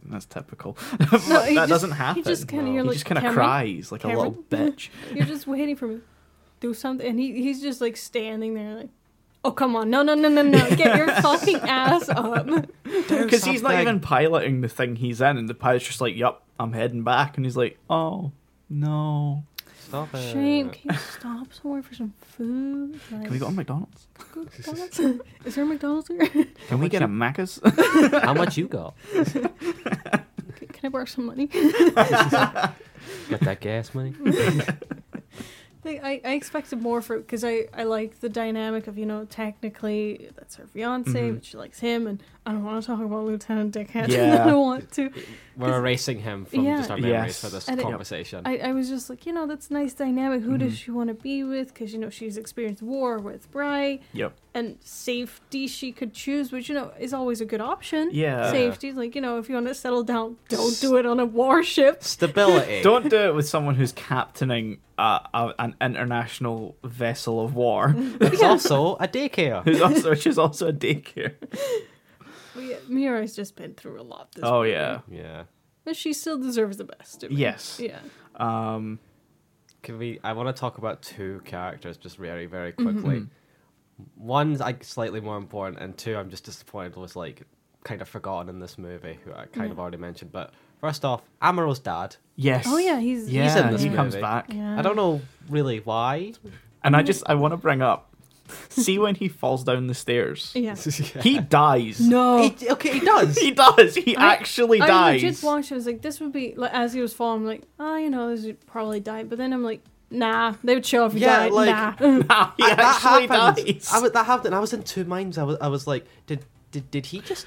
A: that's typical.
C: No,
A: that
C: he just-
A: doesn't happen.
C: He just kind of,
B: No.
C: you're
A: He
C: like,
A: just kind of
C: "Cameron,
A: cries like a little
C: Cameron?"
A: bitch.
C: You're just waiting for me. Do something. And he, he's just like standing there, like, oh, come on. No, no, no, no, no. Get your fucking ass up.
A: Uh. Because he's not
B: something.
A: even piloting the thing he's in, and the pilot's just like, "Yep, I'm heading back," and he's like, "Oh no,
B: Stop it.
C: Shane, can you stop somewhere for some food? Like,
A: can we go to McDonald's?
C: go to McDonald's? Is there a McDonald's here? can
A: Can we get a Macca's?"
B: How much you got?
C: can I borrow some money?
B: Got that gas money?
C: Like, I, I expected more for because I, I like the dynamic of you know technically that's her fiance,
A: Mm-hmm.
C: but she likes him, and I don't want to talk about Lieutenant Dickhead.
A: Yeah.
C: I don't want to.
B: We're erasing him from
C: Yeah.
B: just our memories
A: Yes.
B: for this
C: And it-
B: conversation.
C: I, I was just like, you know, that's nice dynamic. Who
B: Mm-hmm.
C: does she want to be with? Because you know she's experienced war with Bry,
A: Yep.
C: and safety she could choose, which you know is always a good option.
A: Yeah.
C: safety, like you know, if you want to settle down, don't do it on a warship.
B: Stability.
A: Don't do it with someone who's captaining uh, a, an international vessel of war,
B: It's also a daycare.
A: who's also she's also a daycare.
C: We, Mira's just been through a lot. This
A: Oh
C: movie.
A: yeah,
B: Yeah.
C: but she still deserves the best. I mean,
A: yes.
C: yeah.
A: Um,
B: Can we? I want to talk about two characters just very, very quickly. Mm-hmm. One's like slightly more important, and two, I'm just disappointed was like kind of forgotten in this movie, who I kind of already mentioned. But first off, Amaro's dad.
A: yes.
C: Oh, yeah, he's- He's
A: yeah,
B: in this
A: he comes
B: movie.
A: back,
C: Yeah.
B: I don't know really why.
A: and I just I want to bring up. See when he falls down the stairs.
C: Yeah.
A: He dies.
C: No.
B: He- okay, he does.
A: He does. He
C: I-
A: actually
C: I
A: dies.
C: legit watched. it, I was like, this would be like as he was falling. I'm like, oh, you know, this would probably die. But then I'm like, nah, they would show if he
B: Yeah,
C: died.
B: like-
C: nah.
A: Nah, he
B: that
A: actually
B: happened.
A: dies.
B: I was, that happened. I was in two minds. I was, I was like, did, did, did he just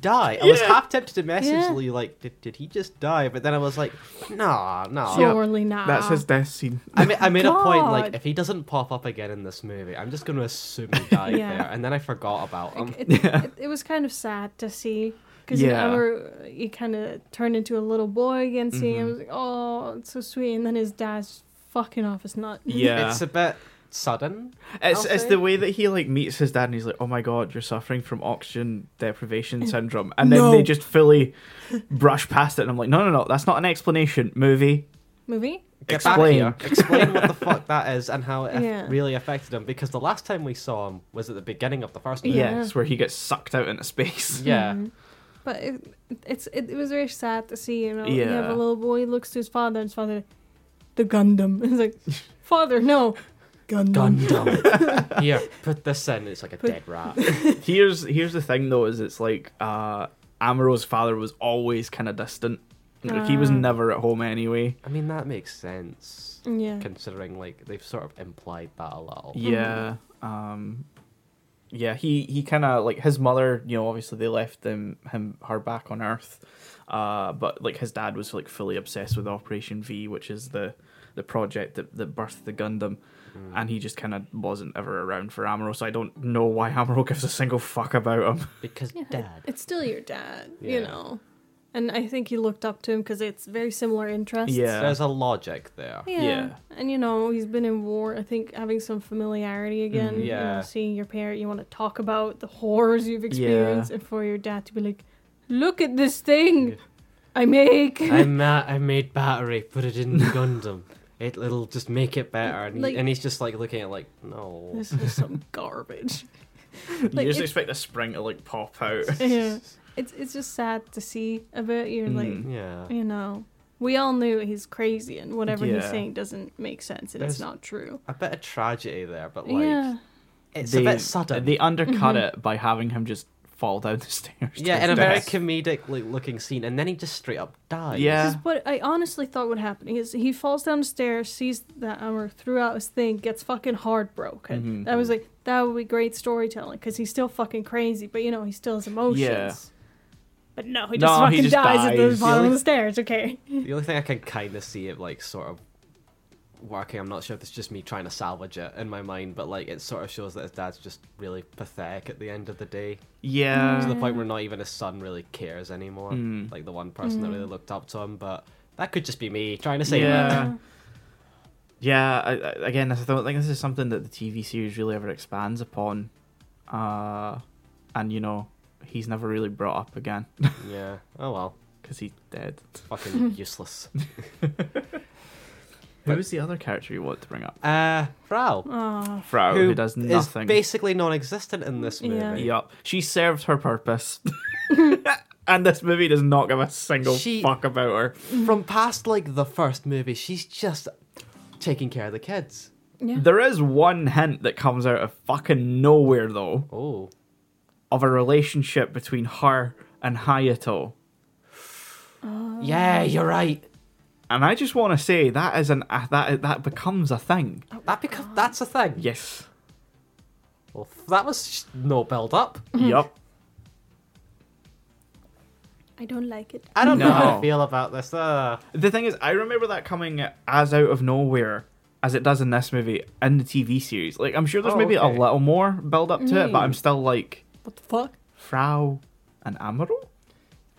B: die? I was
A: Yeah.
B: half tempted to message
C: Yeah.
B: Lee like, did, did he just die? But then I was like, nah, nah.
A: Yeah.
C: Surely not.
A: That's his death scene.
B: I made, I made a point like
C: God.
B: if he doesn't pop up again in this movie, I'm just going to assume he died
C: Yeah.
B: there, and then I forgot about him.
C: It, it, it was kind of sad to see because
A: Um, Yeah.
C: he kind of turned into a little boy again. Seeing
A: Mm-hmm.
C: him, I was like, oh, it's so sweet. And then his dad's fucking off his nut.
A: Yeah.
B: It's a bit sudden.
A: It's
B: I'll
A: it's
B: say.
A: the way that he like meets his dad and he's like, "Oh my god, you're suffering from oxygen deprivation syndrome," and then
C: No.
A: they just fully brush past it. And I'm like, "No, no, no, that's not an explanation, movie."
C: Movie.
B: Get
A: Explain.
B: back here. Explain what the fuck that is and how it aff-
C: Yeah.
B: really affected him. Because the last time we saw him was at the beginning of the first movie.
C: Yeah.
A: Yes, where he gets sucked out into space.
B: Yeah.
C: Um, But it, it's it, it was very sad to see, you know, you have
A: Yeah.
C: a little boy looks to his father, and his father, the Gundam. He's like, father, no, Gundam.
B: Gundam. Here, put this in. It's like a
C: Mm-hmm. Put-
B: dead rat.
A: Here's here's the thing though, is it's like uh Amaro's father was always kind of distant. Like, he was
C: Ah.
A: never at home anyway.
B: I mean, that makes sense.
C: Yeah.
B: Considering, like, they've sort of implied that a little.
A: Yeah. Um yeah, he he kind of like his mother, you know, obviously they left him him her back on earth. Uh but like his dad was like fully obsessed with Operation V, which is the the project that, that birthed the Gundam.
B: Mm.
A: And he just kind of wasn't ever around for Amuro, so I don't know why Amuro gives a single fuck about him.
B: Because
C: Yeah,
B: dad.
C: It's still your dad, you
B: Yeah.
C: know. And I think he looked up to him because it's very similar interests.
A: Yeah.
B: There's a logic there.
C: Yeah.
A: Yeah.
C: And you know, he's been in war. I think having some familiarity again, you know,
B: Mm-hmm. Yeah.
C: seeing your parent, you want to talk about the horrors you've experienced, and for your dad to be like, look at this thing
B: Yeah.
C: I make.
B: I ma- I made battery, put it in Gundam. It, it'll just make it better. And, he-
C: Like-
B: and he's just like looking at like, no.
C: this is some garbage. Like,
A: you just
C: it-
A: expect a spring to like pop out.
C: yeah. It's it's just sad to see a bit. You're
A: Mhm.
B: Yeah.
C: like, you know, we all knew he's crazy, and whatever he's
A: Yeah.
C: saying doesn't make sense, and
B: There's-
C: it's not true.
B: A bit of tragedy there, but like,
C: yeah.
B: it's a bit sudden. Mm-hmm.
A: They undercut it by having him just fall down the stairs.
B: yeah,
A: to
B: in a
A: his
B: very
A: death.
B: comedic like, looking scene. And then he just straight up dies.
A: Yeah.
C: This is what I honestly thought would happen. Is he falls down the stairs, sees that Amr threw out his thing, gets fucking heartbroken.
A: Mhm.
C: That was like that would be great storytelling because he's still fucking crazy, but you know he still has emotions. But no, he just
A: No, he
C: fucking
A: just
C: dies, at the
A: dies.
C: bottom of
B: Really?
C: the stairs. Okay.
B: The only thing I can kind of see it like sort of working. I'm not sure if it's just me trying to salvage it in my mind, but like it sort of shows that his dad's just really pathetic at the end of the day,
A: Yeah.
B: to the
A: Uh.
B: point where not even his son really cares anymore.
A: Mm.
B: Like the one person that really looked up to him, but that could just be me trying to say that.
A: Yeah. Yeah. I, I, again, I don't think this is something that the TV series really ever expands upon. Uh, and you know, he's never really brought up again
B: Yeah. Oh well,
A: because he's dead.
B: fucking useless.
A: Who
B: But-
A: was the other character you want to bring up?
B: Uh, Frau,
C: Oh.
A: Frau, who, does
B: is
A: nothing.
B: basically non-existent in this movie.
C: Yeah.
A: Yup. She served her purpose. and this movie does not give a single
B: She-
A: fuck about her.
B: From past like the first movie, she's just taking care of the kids.
C: Yeah.
A: There is one hint that comes out of fucking nowhere, though,
B: Oh.
A: of a relationship between her and Hayato. Oh.
B: Yeah, you're right.
A: And I just want to say that is an uh, that that becomes a thing.
B: That becomes that's a thing.
A: Yes.
B: Well, that was sh- no build up.
A: Yup.
C: I don't like it.
B: I don't know how
A: No.
B: I feel about this. Uh,
A: The thing is, I remember that coming as out of nowhere as it does in this movie in the TV series. Like, I'm sure there's
B: Oh,
A: maybe
B: okay.
A: a little more build up to it, but
B: Mm.
A: I'm still like
C: What the fuck?
A: Frau and Amaro.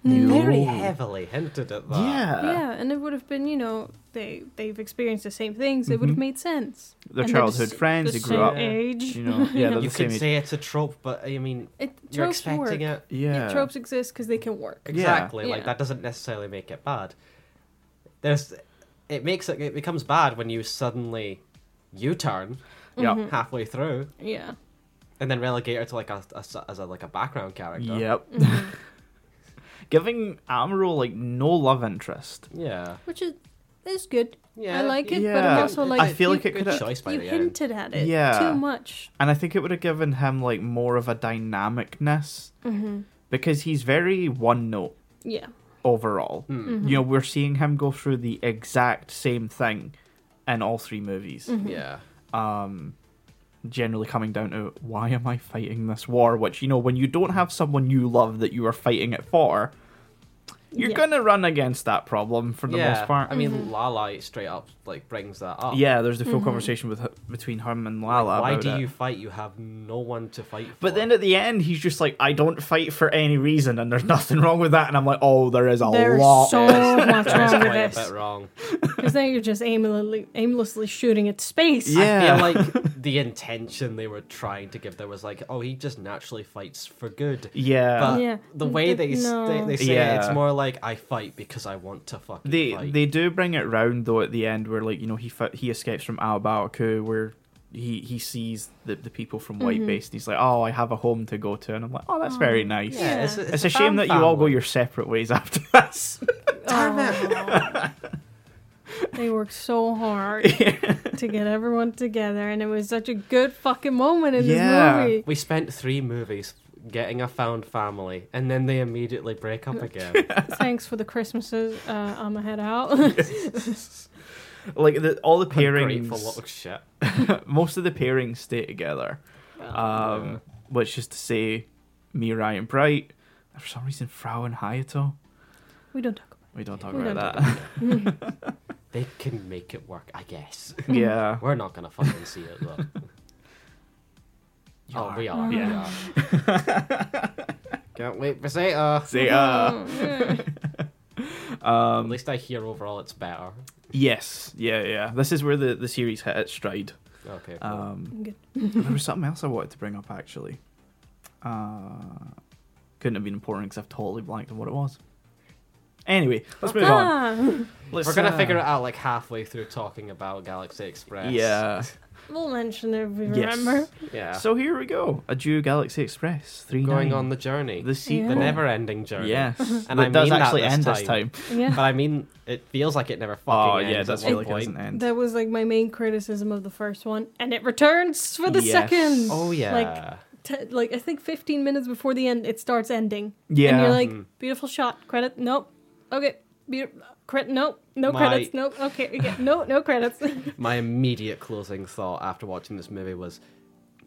B: Very heavily hinted at that.
A: yeah.
C: yeah, and it would have been, you know, they they've experienced the same things. It would have made sense.
A: Their
C: And they're
A: Mm-hmm. childhood
C: s-
A: friends.
C: the
A: They grew
C: same
A: up.
C: Age.
A: You know, yeah, they're
B: You
A: the same
B: could
A: age.
B: say it's a trope, but I mean,
C: It,
B: you're
C: tropes
B: expecting
C: work.
B: it.
A: Yeah.
C: Tropes exist because they can work.
A: Yeah.
B: Exactly. Like
C: Yeah.
B: that doesn't necessarily make it bad. There's, it makes it. It becomes bad when you suddenly, U turn
A: Yup.
C: Mm-hmm.
B: halfway through,
C: Yeah.
B: and then relegate her to like a, a s- as a like a background character.
A: Yep.
B: Mm-hmm.
A: Giving Amaro like no love interest.
B: Yeah.
C: Which is is good.
B: Yeah.
C: I like it, but
A: Yeah.
C: I'm also like
A: I feel like it
B: Good
A: could have
B: choice by
C: you
B: the end.
C: hinted at it
A: Yeah.
C: too much.
A: and I think it would have given him like more of a dynamicness because he's very one note
C: Yeah.
A: overall.
B: Hmm.
C: Mm-hmm.
A: You know, we're seeing him go through the exact same thing in all three movies.
C: Mm. Mm-hmm.
B: Yeah.
A: Um, generally coming down to why am I fighting this war? Which you know, when you don't have someone you love that you are fighting it for, you're
C: Yeah.
A: gonna run against that problem for the
B: yeah.
A: most part.
B: I mean,
C: Mm-hmm.
B: Lala straight up like brings that up.
A: yeah, there's the full conversation with between him and Lala.
B: Why
A: about
B: do
A: it.
B: you fight? You have no one to fight for.
A: But then at the end, he's just like, I don't fight for any reason, and there's nothing wrong with that. And I'm like, oh, there is a
C: There's
A: lot.
C: so much
B: That's
C: wrong with
B: quite a
C: this.
B: bit wrong.
C: Because then you're just aimlessly, aimlessly shooting at space.
A: Yeah.
B: I feel like the intention they were trying to give there was like, oh, he just naturally fights for good.
A: yeah.
B: But
C: Yeah.
B: the way they, s-
C: No.
B: they they say it, it's
A: Yeah.
B: more like I fight because I want to fucking
A: they
B: fight.
A: they do bring it round though at the end where like you know he fi- he escapes from Aobaoku where he he sees the, the people from White Base and he's like oh I have a home to go to and I'm like oh that's very nice
C: Yeah.
B: it's,
A: it's, a, shame
B: fan
A: that you all go
B: family.
A: your separate ways after this
C: Damn Oh. they worked so hard to get everyone together, and it was such a good fucking moment in
A: Yeah.
C: this movie.
B: We spent three movies getting a found family, and then they immediately break up again.
C: Thanks for the Christmases. Uh, I'ma head out.
A: like the, all the
B: Ungrateful
A: pairings
B: little shit.
A: most of the pairings stay together
B: Oh,
A: um which is to say Mirai and Bright and for some reason Frau and Hayato
C: we don't talk about.
A: we don't talk
C: We
A: about
C: don't
A: that
B: They can make it work, I guess.
A: yeah
B: We're not gonna fucking see it though.
A: You
B: oh,
A: are.
B: we are. we
A: Yeah.
B: are. Can't wait for Zeta.
A: say uh
C: it.
A: Um,
B: At least I hear overall it's better.
A: Yes, yeah, yeah. This is where the, the series hit its stride.
B: Okay. Cool.
A: Um,
C: Good.
A: there was something else I wanted to bring up actually. Uh, couldn't have been important because I've totally blanked on what it was. Anyway, let's move on.
C: Ah,
A: Let's,
B: We're gonna
A: uh,
B: figure it out like halfway through talking about Galaxy Express.
A: Yeah.
C: we'll mention it if we
A: Yes.
C: remember.
B: Yeah.
A: So here we go. A Jew Galaxy Express three
B: going on the journey,
A: the
B: the,
A: sequel.
C: The
B: never-ending journey.
A: Yes,
B: And
A: that
B: I
A: does
B: mean that
A: actually
B: this
A: end this
B: time.
A: time.
C: Yeah.
B: But I mean, it feels like it never
A: Oh
B: fucking ends.
A: yeah, it does
B: at
A: feel
B: one
A: like it
B: point.
A: doesn't end.
C: That was like my main criticism of the first one, and it returns for the
A: Yes.
C: second.
B: Oh yeah.
C: Like t- like I think 15 minutes before the end, it starts ending. And
A: Yeah.
C: you're like, beautiful shot. Credit? Nope. Okay. Be- credit? Nope. No
B: My-
C: credits. Nope. Okay. we get- no. No credits.
B: My immediate closing thought after watching this movie was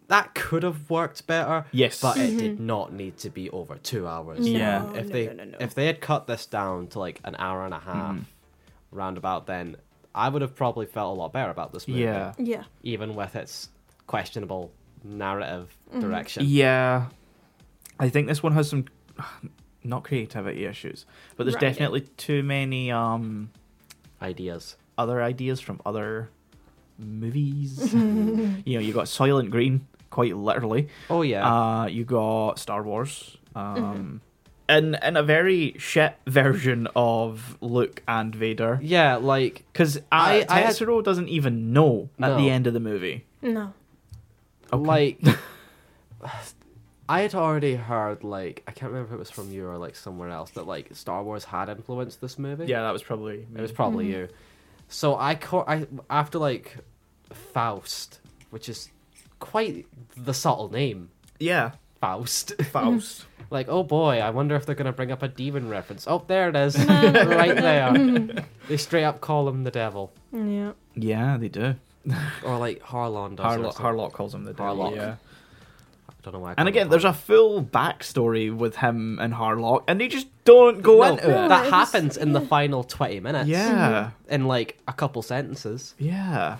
B: that could have worked better.
A: Yes.
B: But it did not need to be over two hours.
A: Yeah.
C: Mm-hmm. No,
B: If
C: no,
B: they
C: no, no, no.
B: if they had cut this down to like an hour and a half
A: Mm-hmm.
B: roundabout, then I would have probably felt a lot better about this movie.
A: Yeah.
C: yeah.
B: Even with its questionable narrative
A: Mm-hmm.
B: direction.
A: Yeah, I think this one has some not creativity issues, but there's
C: Right, yeah.
A: definitely too many um
B: Ideas.
A: other ideas from other movies. you know, you got Soylent Green, quite literally.
B: Oh yeah. Mm-hmm.
A: Uh, you got Star Wars. Um, and and a very shit version of Luke and Vader.
B: yeah, like
A: Because uh,
B: I- I had-
A: Tetsuro doesn't even know at
B: Ah, No.
A: the end of the movie.
C: No.
B: like I had already heard like I can't remember if it was from you or like somewhere else that like Star Wars had influenced this movie.
A: Yeah, Mm-hmm. that was probably
B: it was probably you. So I caught I after like Faust, which is quite the subtle name
A: yeah
B: Faust.
A: Faust.
B: like oh boy, I wonder if they're gonna bring up a demon reference. Oh there it is, right there. they straight up call him the devil,
C: Yeah.
A: Yeah, they do.
B: or like Harlon does. or
A: Harlock,
B: something.
A: Harlock calls him the devil.
B: Harlock.
A: Yeah.
B: Don't know why. I
A: And
B: called
A: again,
B: him
A: there's a full backstory with him and Harlock, and they just don't go
B: No,
A: into it.
C: No,
B: that
C: it's-
B: happens in the final 20 minutes.
A: Yeah,
B: In like a couple sentences.
A: yeah,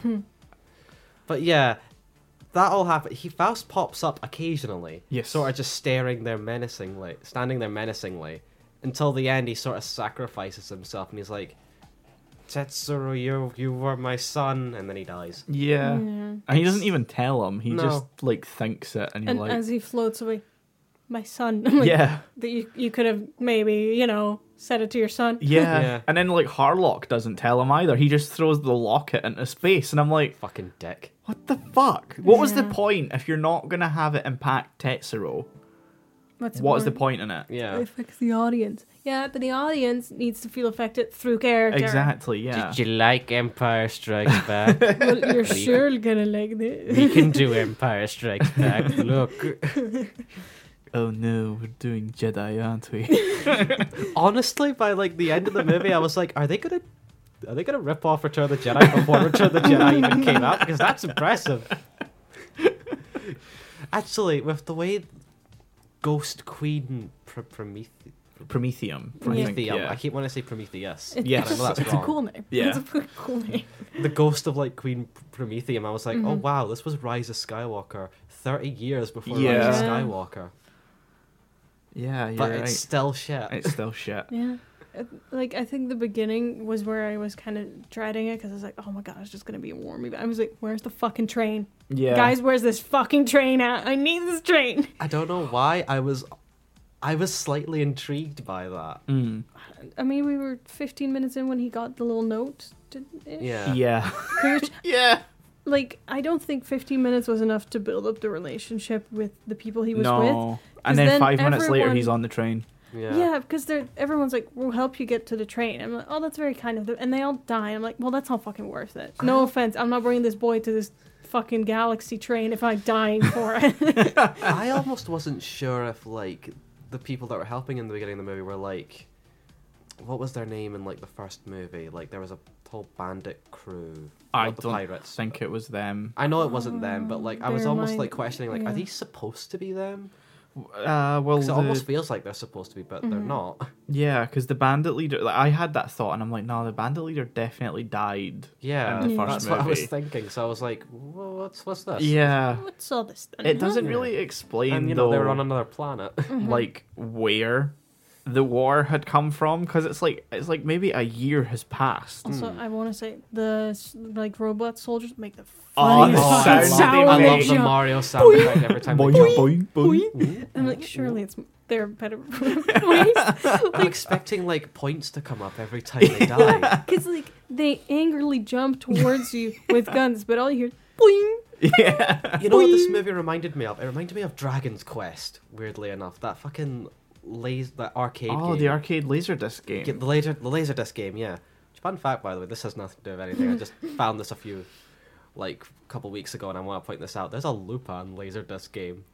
B: But yeah, that all happened. He Faust pops up occasionally.
A: Yes.
B: Sort of just staring there menacingly, standing there menacingly, until the end. He sort of sacrifices himself, and he's like, "Tetsuro, you you were my son," and then he dies.
A: yeah. Hmm. And he doesn't even tell him. He
B: No.
A: just like thinks it, and you're
C: And
A: like,
C: as he floats away, my son. I'm like,
A: yeah,
C: That you, you could have maybe, you know, said it to your son.
A: yeah,
B: Yeah.
A: And then like Harlock doesn't tell him either. He just throws the locket into space, and I'm like,
B: Fucking dick.
A: what the fuck? What was the
C: Yeah.
A: point if you're not gonna have it impact Tetsuro?
C: What's
A: What is the point in it?
B: Yeah.
C: It affects the audience. Yeah, but the audience needs to feel affected through character.
A: Exactly. Yeah.
B: Did you like Empire Strikes Back?
C: Well, you're sure gonna like this.
B: we can do Empire Strikes Back. Look,
A: Oh no, we're doing Jedi, aren't we?
B: honestly, by like the end of the movie, I was like, "Are they gonna, are they gonna rip off Return of the Jedi before Return of the Jedi even came out? Because that's impressive." Actually, with the way Ghost Queen Pr- Promethe-
A: Prometheum. I think,
B: Prometheus,
A: yeah.
B: I keep wanting to say Prometheus.
C: It-
A: Yes.
C: it's,
B: Well, that's
C: it's a
B: wrong.
C: cool name.
A: Yeah.
C: It's a pretty cool name.
B: the ghost of like Queen Prometheum. I was like, oh wow, this was Rise of Skywalker, thirty years before Rise
A: Yeah.
B: of Skywalker,
A: Yeah, you're
B: but
A: right.
B: it's still shit.
A: It's uh, still shit.
C: Yeah. It- Like I think the beginning was where I was kind of dreading it because I was like, "Oh my god, it's just gonna be a war movie." I was like, "Where's the fucking train,
A: Yeah.
C: guys? Where's this fucking train at? I need this train."
B: I don't know why I was, I was slightly intrigued by that.
A: Mm.
C: I mean, we were 15 minutes in when he got the little note, didn't it?
B: Yeah.
A: Yeah.
C: Which,
A: yeah.
C: like, I don't think 15 minutes was enough to build up the relationship with the people he was with.
A: No. And
C: 'Cause
A: then,
C: then
A: five minutes later,
C: everyone-
A: he's on the train.
B: Yeah.
C: Yeah, because they're everyone's like, "We'll help you get to the train." I'm like, "Oh, that's very kind of them," and they all die. I'm like, "Well, that's not fucking worth it."
A: Uh-huh.
C: No offense, I'm not bringing this boy to this fucking galaxy train if I'm dying for it.
B: I almost wasn't sure if like the people that were helping in the beginning of the movie were like, what was their name in like the first movie? Like there was a whole bandit crew,
A: I
B: not the
A: don't
B: pirates.
A: think it was them.
B: I know it wasn't them, but like I was
C: Bear in
B: almost
C: mind-
B: like questioning, like,
C: yeah.
B: are these supposed to be them?
A: Uh, well,
B: Because
A: the,
B: it almost feels like they're supposed to be, but they're not.
A: yeah, because the bandit leader. Like, I had that thought, and I'm like, no, the bandit leader definitely died. In
B: Yeah,
A: the
B: that's
A: first
B: what I was
A: movie.
B: thinking. So I was like, "Wha- what's what's this?
A: Yeah,
C: What's all this? Then?
A: it doesn't
B: Yeah.
A: really explain
B: and you know
A: though, Oh,
B: they're on another planet.
C: Mm-hmm.
A: like where the war had come from, because it's like it's like maybe a year has passed.
C: Also, I want to say the s- like robot soldiers make the
A: Oh, the
C: funniest fucking
A: sound they
C: sound.
B: I
A: make.
B: love the
C: Yeah.
B: Mario soundtrack every time. they jump.
A: boing, boing.
C: I'm
A: Mm-hmm.
C: like, surely it's they're better ways.
B: I'm expecting like points to come up every time they die.
C: Because like they angrily jump towards you with guns, but all you hear is boing.
B: you know what this movie reminded me of? It reminded me of Dragon's Quest. Weirdly enough, that fucking laser, that arcade
A: Oh,
B: game.
A: the arcade laserdisc game.
B: Get the laser the laserdisc game, yeah. Which, Fun fact, by the way, this has nothing to do with anything. I just found this a few, like, couple weeks ago, and I want to point this out. There's a Lupin laserdisc game,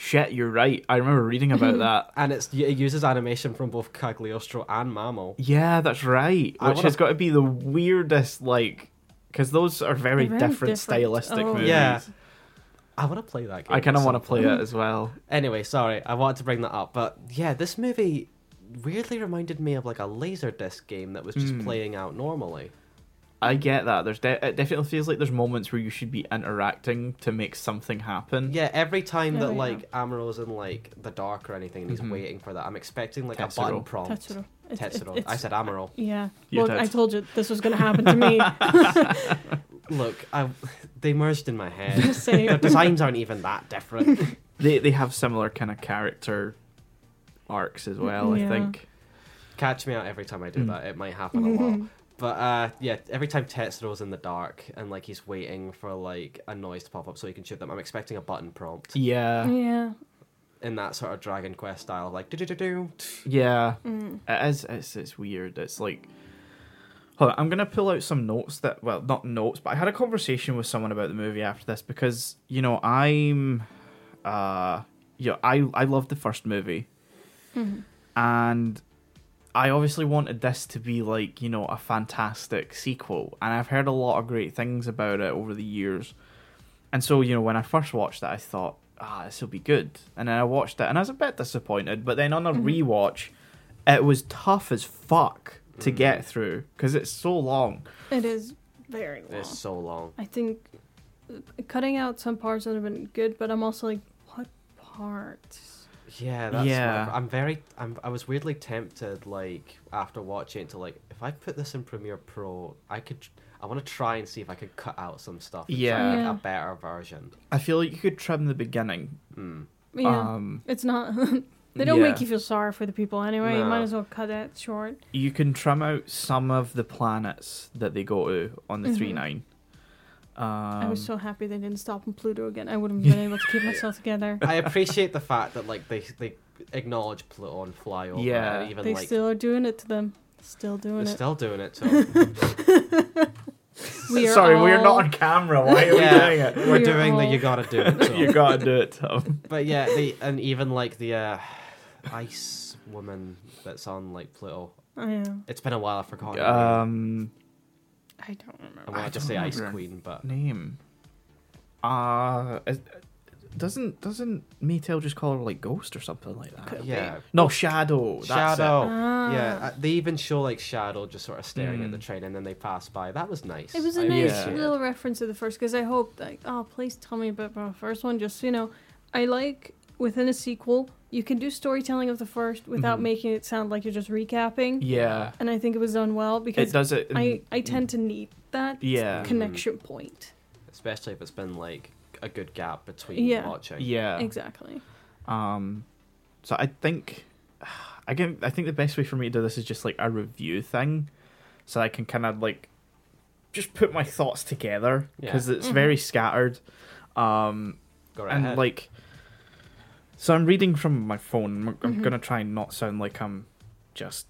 A: Shit, you're right. I remember reading about that.
B: and it's it uses animation from both Cagliostro and Mamo.
A: Yeah, that's right.
B: I
A: Which
B: wanna-
A: has got to be the weirdest, like, because those are very,
C: They're
A: different,
C: very different.
A: stylistic
C: Oh.
A: movies.
B: Yeah, I want to play that game.
A: I kind of want to
B: play.
A: play it as well.
B: Anyway, sorry, I wanted to bring that up, but yeah, this movie weirdly reminded me of like a laserdisc game that was just
A: Hmm.
B: playing out normally.
A: I get that. There's de- it definitely feels like there's moments where you should be interacting to make something happen.
B: Yeah, every time
C: Oh,
B: that
C: yeah.
B: like Amuro's in like the dark or anything, and he's waiting for that. I'm expecting like a button
A: Mm-hmm. Tetsuro.
B: prompt.
C: Tetsuro. It's- it's-
B: Tetsuro. I
C: it's-
B: said Amaro.
C: Yeah.
A: You
C: Look, I
A: don't.
C: told you this was gonna happen to me.
B: Look, I, they merged in my head.
C: Same.
B: Their designs aren't even that different.
A: They they have similar kind of character arcs as well. I
C: Yeah.
A: think.
B: Catch me out every time
C: Hmm.
B: I do that. It might happen a lot. But uh, yeah, every time Tetsuro's in the dark and like he's waiting for like a noise to pop up so he can shoot them, I'm expecting a button prompt
A: Yeah,
C: yeah.
B: in that sort of Dragon Quest style, like do do do do.
A: yeah.
C: Mm.
A: It is. It's it's weird. It's like. Hold on, I'm gonna pull out some notes that well, not notes, but I had a conversation with someone about the movie after this because you know I'm, uh, you know, I I loved the first movie,
C: Mm-hmm.
A: and I obviously wanted this to be like you know a fantastic sequel, and I've heard a lot of great things about it over the years, and so you know when I first watched it, I thought ah, this will be good. And then I watched it and I was a bit disappointed. But then on
C: Mm-hmm.
A: a rewatch, it was tough as fuck to get through because it's so long.
C: It is very long.
B: It's so long.
C: I think cutting out some parts would have been good, but I'm also like, what parts?
B: Yeah, that's yeah.
A: Yeah.
B: I'm very. I'm, I was weirdly tempted, like after watching, it, to like if I put this in Premiere Pro, I could. I want to try and see if I could cut out some stuff. and try and make
C: Yeah.
B: a better version.
A: I feel like you could trim the beginning.
B: Mm.
C: Yeah,
A: Um,
C: it's not. they don't
A: yeah.
C: make you feel sorry for the people anyway. You might
B: No.
C: as well cut that short.
A: you can trim out some of the planets that they go to on the
C: Mhm.
A: three nine. Um,
C: I was so happy they didn't stop on Pluto again. I wouldn't have been able to keep myself together.
B: I appreciate the fact that like they they acknowledge Pluto and fly over.
A: Yeah.
B: Yeah, and even
C: They
B: like
C: still are doing it to them. Still doing
B: they're
C: it.
B: still doing it. So
C: We are
A: Sorry, we're
C: all-
A: not on camera. Why are
B: Yeah.
A: we doing it?
B: we're
C: We're
B: doing the
C: all-
B: you gotta do it. so.
A: you gotta do it, Tom.
B: But yeah, the and even like the uh, ice woman that's on like Pluto.
C: Oh, yeah.
B: It's been a while. I forgot. her name.
A: Um,
C: I don't
B: I
C: remember.
B: wanted to
A: don't
B: say Ice
A: remember.
B: Queen, but
A: name. Uh is- doesn't doesn't Maytel just call her like ghost or something like that?
C: Could-
B: yeah.
A: No, shadow. That's
B: Shadow.
C: Ah.
B: Yeah, uh, they even show like Shadow just sort of staring at the
A: Mm.
B: train, and then they pass by. That was nice.
C: It was a
B: I
C: nice
B: appreciate it.
C: little reference to the first because I hope like oh please tell me a bit about the first one just so you know I like within a sequel you can do storytelling of the first without
A: Mhm.
C: making it sound like you're just recapping
A: it. Yeah,
C: and I think it was done well
A: it
C: because
A: does it. in-
C: I I tend to need that
A: Yeah. Mm-hmm.
C: connection point
B: especially if it's been like a good gap between
C: Yeah.
B: watching.
A: yeah.
C: exactly
A: Um, so I think I can, I think the best way for me to do this is just like a review thing, so I can kind of like just put my thoughts together because it's
C: Mhm.
A: very scattered. Um,
B: Go right
A: and
B: ahead.
A: like so i'm reading from my phone i'm, I'm
C: Mhm.
A: gonna try and not sound like i'm just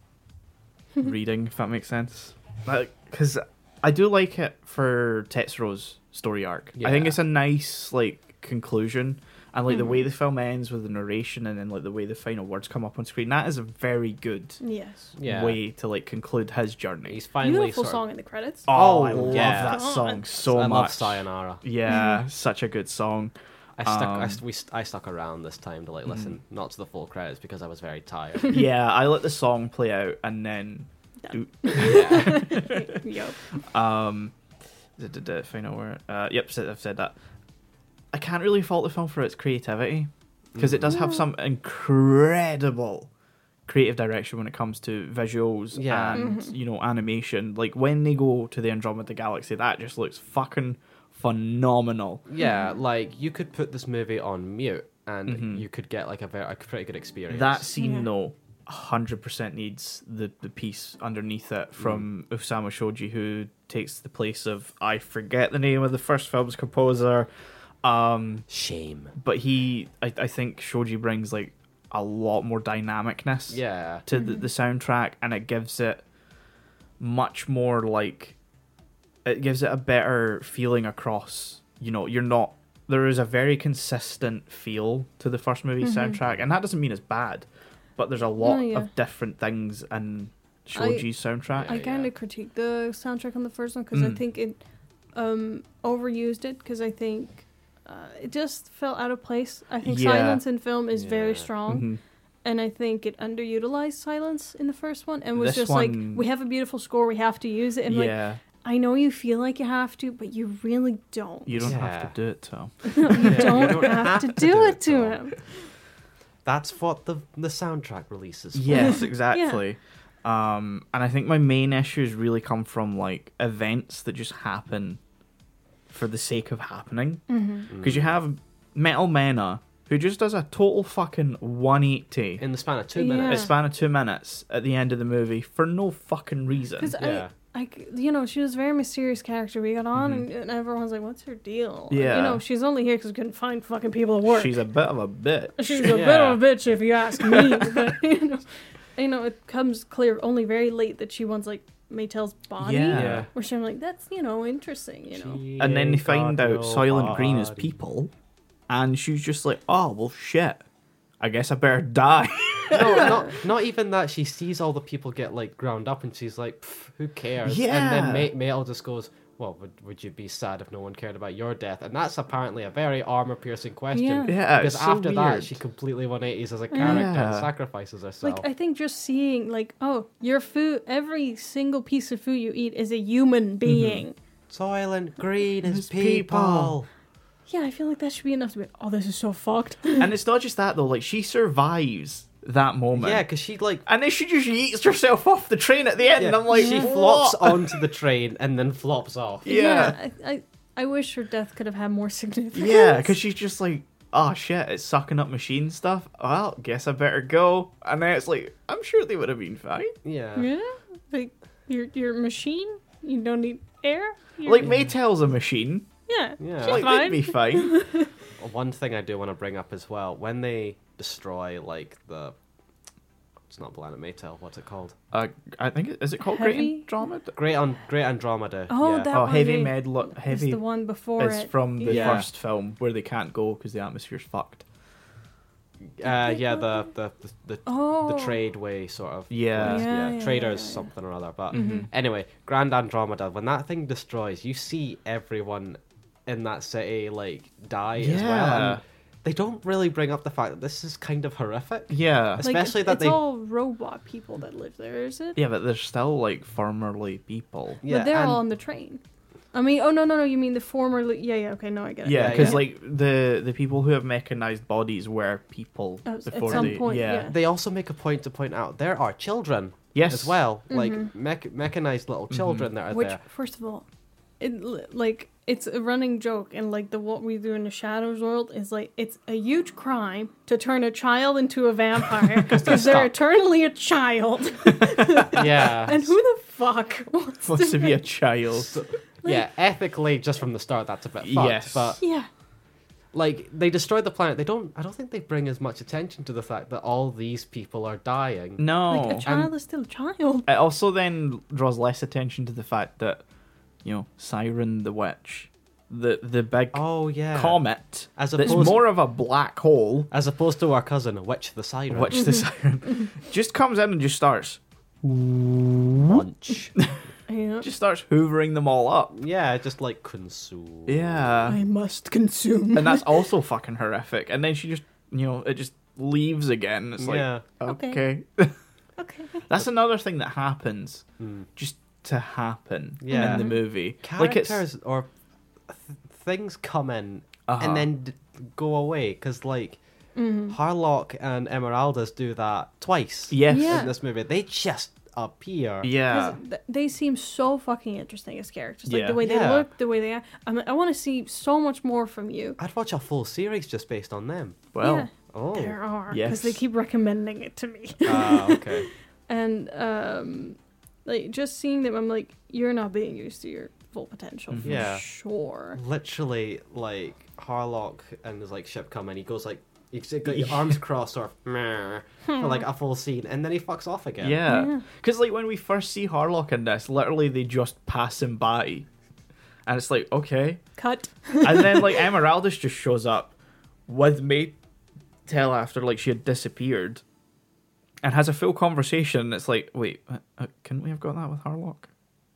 A: reading if that makes sense like because i do like it for tetsuro's story arc i think
B: Yeah.
A: it's a nice like conclusion and like the
C: Mhm.
A: way the film ends with the narration and then like the way the final words come up on screen that is a very good
C: yes
B: yeah,
A: way to like conclude his journey
B: he's finally
C: beautiful
B: sort of-
C: song in the credits
A: oh i love
B: yeah.
A: that song
C: God.
A: so
B: I
A: much
B: love Sayonara.
A: yeah such a good song
B: I stuck. I,
A: Um,
B: st- we st- I stuck around this time to like
A: Hmm.
B: listen, not to the full credits because I was very tired.
A: yeah i let the song play out and then
B: yeah.
C: Yup.
A: Um, d- d- d- final word. Uh, yep, said- I've said that. I can't really fault the film for its creativity because
B: Mm.
A: it does have
C: No.
A: some incredible creative direction when it comes to visuals
B: Yeah.
A: and you know animation. Like when they go to the Andromeda Galaxy, that just looks fucking phenomenal.
B: yeah, like you could put this movie on mute and
A: Mhm.
B: you could get like a very a pretty good experience.
A: That scene
C: Yeah.
A: though. 100% needs the, the piece underneath it from
B: Mm.
A: Usama Shoji, who takes the place of, I forget the name of the first film's composer. Um,
B: shame.
A: but he I, I think shoji brings like a lot more dynamicness
B: Yeah.
A: to
C: Mm-hmm.
A: the, the soundtrack and it gives it much more like it gives it a better feeling across you know you're not there is a very consistent feel to the first movie soundtrack and that doesn't mean it's bad but there's a lot
C: Mm-hmm. No, yeah.
A: of different things in shoji's soundtrack
B: Yeah,
C: I
B: yeah.
C: kind of critique the soundtrack on the first one because I
A: Mm.
C: think it um, overused it because I think uh, it just felt out of place. I think
A: Yeah.
C: silence in film is very
B: Yeah.
C: strong,
A: Mhm.
C: and I think it underutilized silence in the first one and was
A: This
C: just
A: one-
C: like, we have a beautiful score, we have to use it. And like,
A: yeah
C: I know you feel like you have to, but you really don't.
A: you don't
B: Yeah.
A: have to do it Tom.
C: No, you
B: Yeah, you
C: don't
B: don't
C: have, to do, it, to
B: all.
C: him.
B: That's what the the soundtrack releases. for.
A: Yes, exactly. Um, and I think my main issues really come from like events that just happen for the sake of happening.
C: Mm-hmm.
B: Mm.
A: Because
B: Hmm.
A: you have Metal Mena, who just does a total fucking 180
B: in the span of two
C: Yeah.
A: in a
B: minutes.
A: span of two minutes at the end of the movie for no fucking reason.
C: Because
B: Yeah.
C: I, I, you know, she was a very mysterious character. We got on, and, and everyone's like, "What's her deal?" Like,
A: Yeah.
C: you know, she's only here because we couldn't find fucking people to work.
A: She's a bit of a bitch.
C: She's a bit
B: Yeah.
C: of a bitch if you ask me. but you know, you know, it comes clear only very late that she wants like Maytel's body.
A: Yeah.
B: Yeah.
C: Where she's like, that's you know interesting, you know.
A: And then they find out Soylent Green is people, and she's just like, oh, well, shit. I guess I better die.
B: No, not not even that. She sees all the people get like ground up, and she's like, "Pff, "Who cares?" And
A: Yeah.
B: then May Mayel just goes, well, would, would you be sad if no one cared about your death? And that's apparently a very armor piercing question.
C: Yeah.
A: Yeah,
B: because
A: it's so
B: after that,
A: weird.
B: she completely 180s as a character and
A: Yeah.
B: sacrifices herself.
C: Like I think just seeing like oh your food every single piece of food you eat is a
A: Mm-hmm.
C: human being.
B: Soil and green
A: is people.
C: Yeah, I feel like that should be enough to be oh this is so fucked.
A: and it's not just that though. Like she survives that moment.
B: Yeah, because she like
A: And then she just eats herself off the train at the end.
B: yeah,
A: and I'm like,
B: she
A: what?
B: flops onto the train and then flops off.
A: Yeah,
C: I, I I wish her death could have had more significance.
A: yeah, because she's just like, oh shit, it's sucking up machine stuff. Well, guess I better go. And then it's like, I'm sure they would have been fine.
B: Yeah.
C: yeah, like your your machine, you don't need air. You're-
A: Like Maytel's a machine.
C: yeah,
B: Yeah.
C: she's
A: Like
C: fine.
A: they'd be fine.
B: One thing I do want to bring up as well when they destroy like the it's not Planet Maytel, what's it called?
A: uh, I think it- is it called
C: Heavy?
A: Great Andromeda?
B: Great on Great Andromeda.
C: Oh,
B: yeah. Uh,
C: that
A: Oh,
C: one,
A: heavy
C: yeah.
A: med. Look,
C: It's
A: heavy
C: the one before
A: is
C: it.
A: from the
B: Yeah.
A: first film where they can't go because the atmosphere's fucked.
B: uh, yeah, the the the, the,
C: oh
B: the trade way sort of
A: Yeah.
B: place,
C: Yeah, yeah,
B: traders
C: yeah, Mm-hmm. yeah.
B: something or other. But anyway, Grand Andromeda. When that thing destroys, you see everyone in that city like die as well.
A: Yeah.
B: And they don't really bring up the fact that this is kind of horrific.
A: Yeah.
C: Like,
B: especially
C: it's,
B: that
C: it's
B: they-
C: all robot people that live there, is it?
A: Yeah, but they're still like formerly people.
B: Yeah,
C: but they're
B: and-
C: all on the train. I mean, oh no, no, no! You mean the former? li- Yeah, yeah. Okay, no, I get it.
A: Yeah,
B: Yeah,
A: because
B: yeah.
A: like the the people who have mechanized bodies were people
C: Oh, At- at
A: before
C: some
A: they.
C: point,
A: yeah.
C: yeah.
B: they also make a point to point out there are children
A: Yes. Mm-hmm.
B: as well like mech- mechanized little children that are
C: Mm-hmm. Which,
B: there
C: first of all, it l- like it's a running joke, and like the what we do in the shadows world is like it's a huge crime to turn a child into a vampire because they're
B: stuck.
C: eternally a child.
B: yeah
C: and who the fuck wants
A: Wants to be a
C: make-
A: child.
B: yeah ethically just from the start that's a bit fucked
A: Yes.
B: but
C: Yeah,
B: like they destroy the planet they don't i don't think they bring as much attention to the fact that all these people are dying
A: No.
C: like a child is still a child.
A: It also then draws less attention to the fact that, you know, Siren the Witch, the the big
B: oh yeah
A: comet,
B: As
A: that's
B: opposed-
A: more of a black hole,
B: as opposed to our cousin witch the siren
A: which the Siren just comes in and just starts
B: lunch
C: Yeah.
A: just starts hoovering them all up.
B: yeah just like consume
A: Yeah,
C: I must consume.
A: and that's also fucking horrific. And then she just, you know, it just leaves again. It's like,
B: yeah
A: okay.
C: Okay. okay.
A: That's another thing that happens just to happen
B: Hmm. Yeah.
A: in the movie. Like it's
B: characters
A: yeah,
B: or th- things come in
A: Uh-huh.
B: and then d- go away because like
C: Mm-hmm.
B: Harlock and Emeraldas do that twice.
A: Yes.
C: Yeah.
B: in this movie they just appear.
C: 'Cause
A: yeah.
C: th- They seem so fucking interesting as characters. Like
A: Yeah.
C: the way they
B: Yeah.
C: look, the way they act. I, mean, I want to see so much more from you.
B: I'd watch a full series just based on them.
A: Well,
B: Oh,
C: There are
A: Yes.
C: because they keep recommending it to me,
B: Ah, okay.
C: and um, like just seeing them, I'm like, you're not being used to your full potential for
B: Yeah.
C: sure.
B: Literally, like Harlock and his like ship come and he goes like. He's like, like, arms crossed or meh, for like
C: Hmm.
B: a full scene, and then he fucks off again.
A: yeah. Because like when we first see Harlock in this, literally they just pass him by, and it's like okay,
C: Cut.
A: and then like Emeraldus just shows up with May tell after like she had disappeared, and has a full conversation. and It's like wait, uh, uh, couldn't we have got that with Harlock?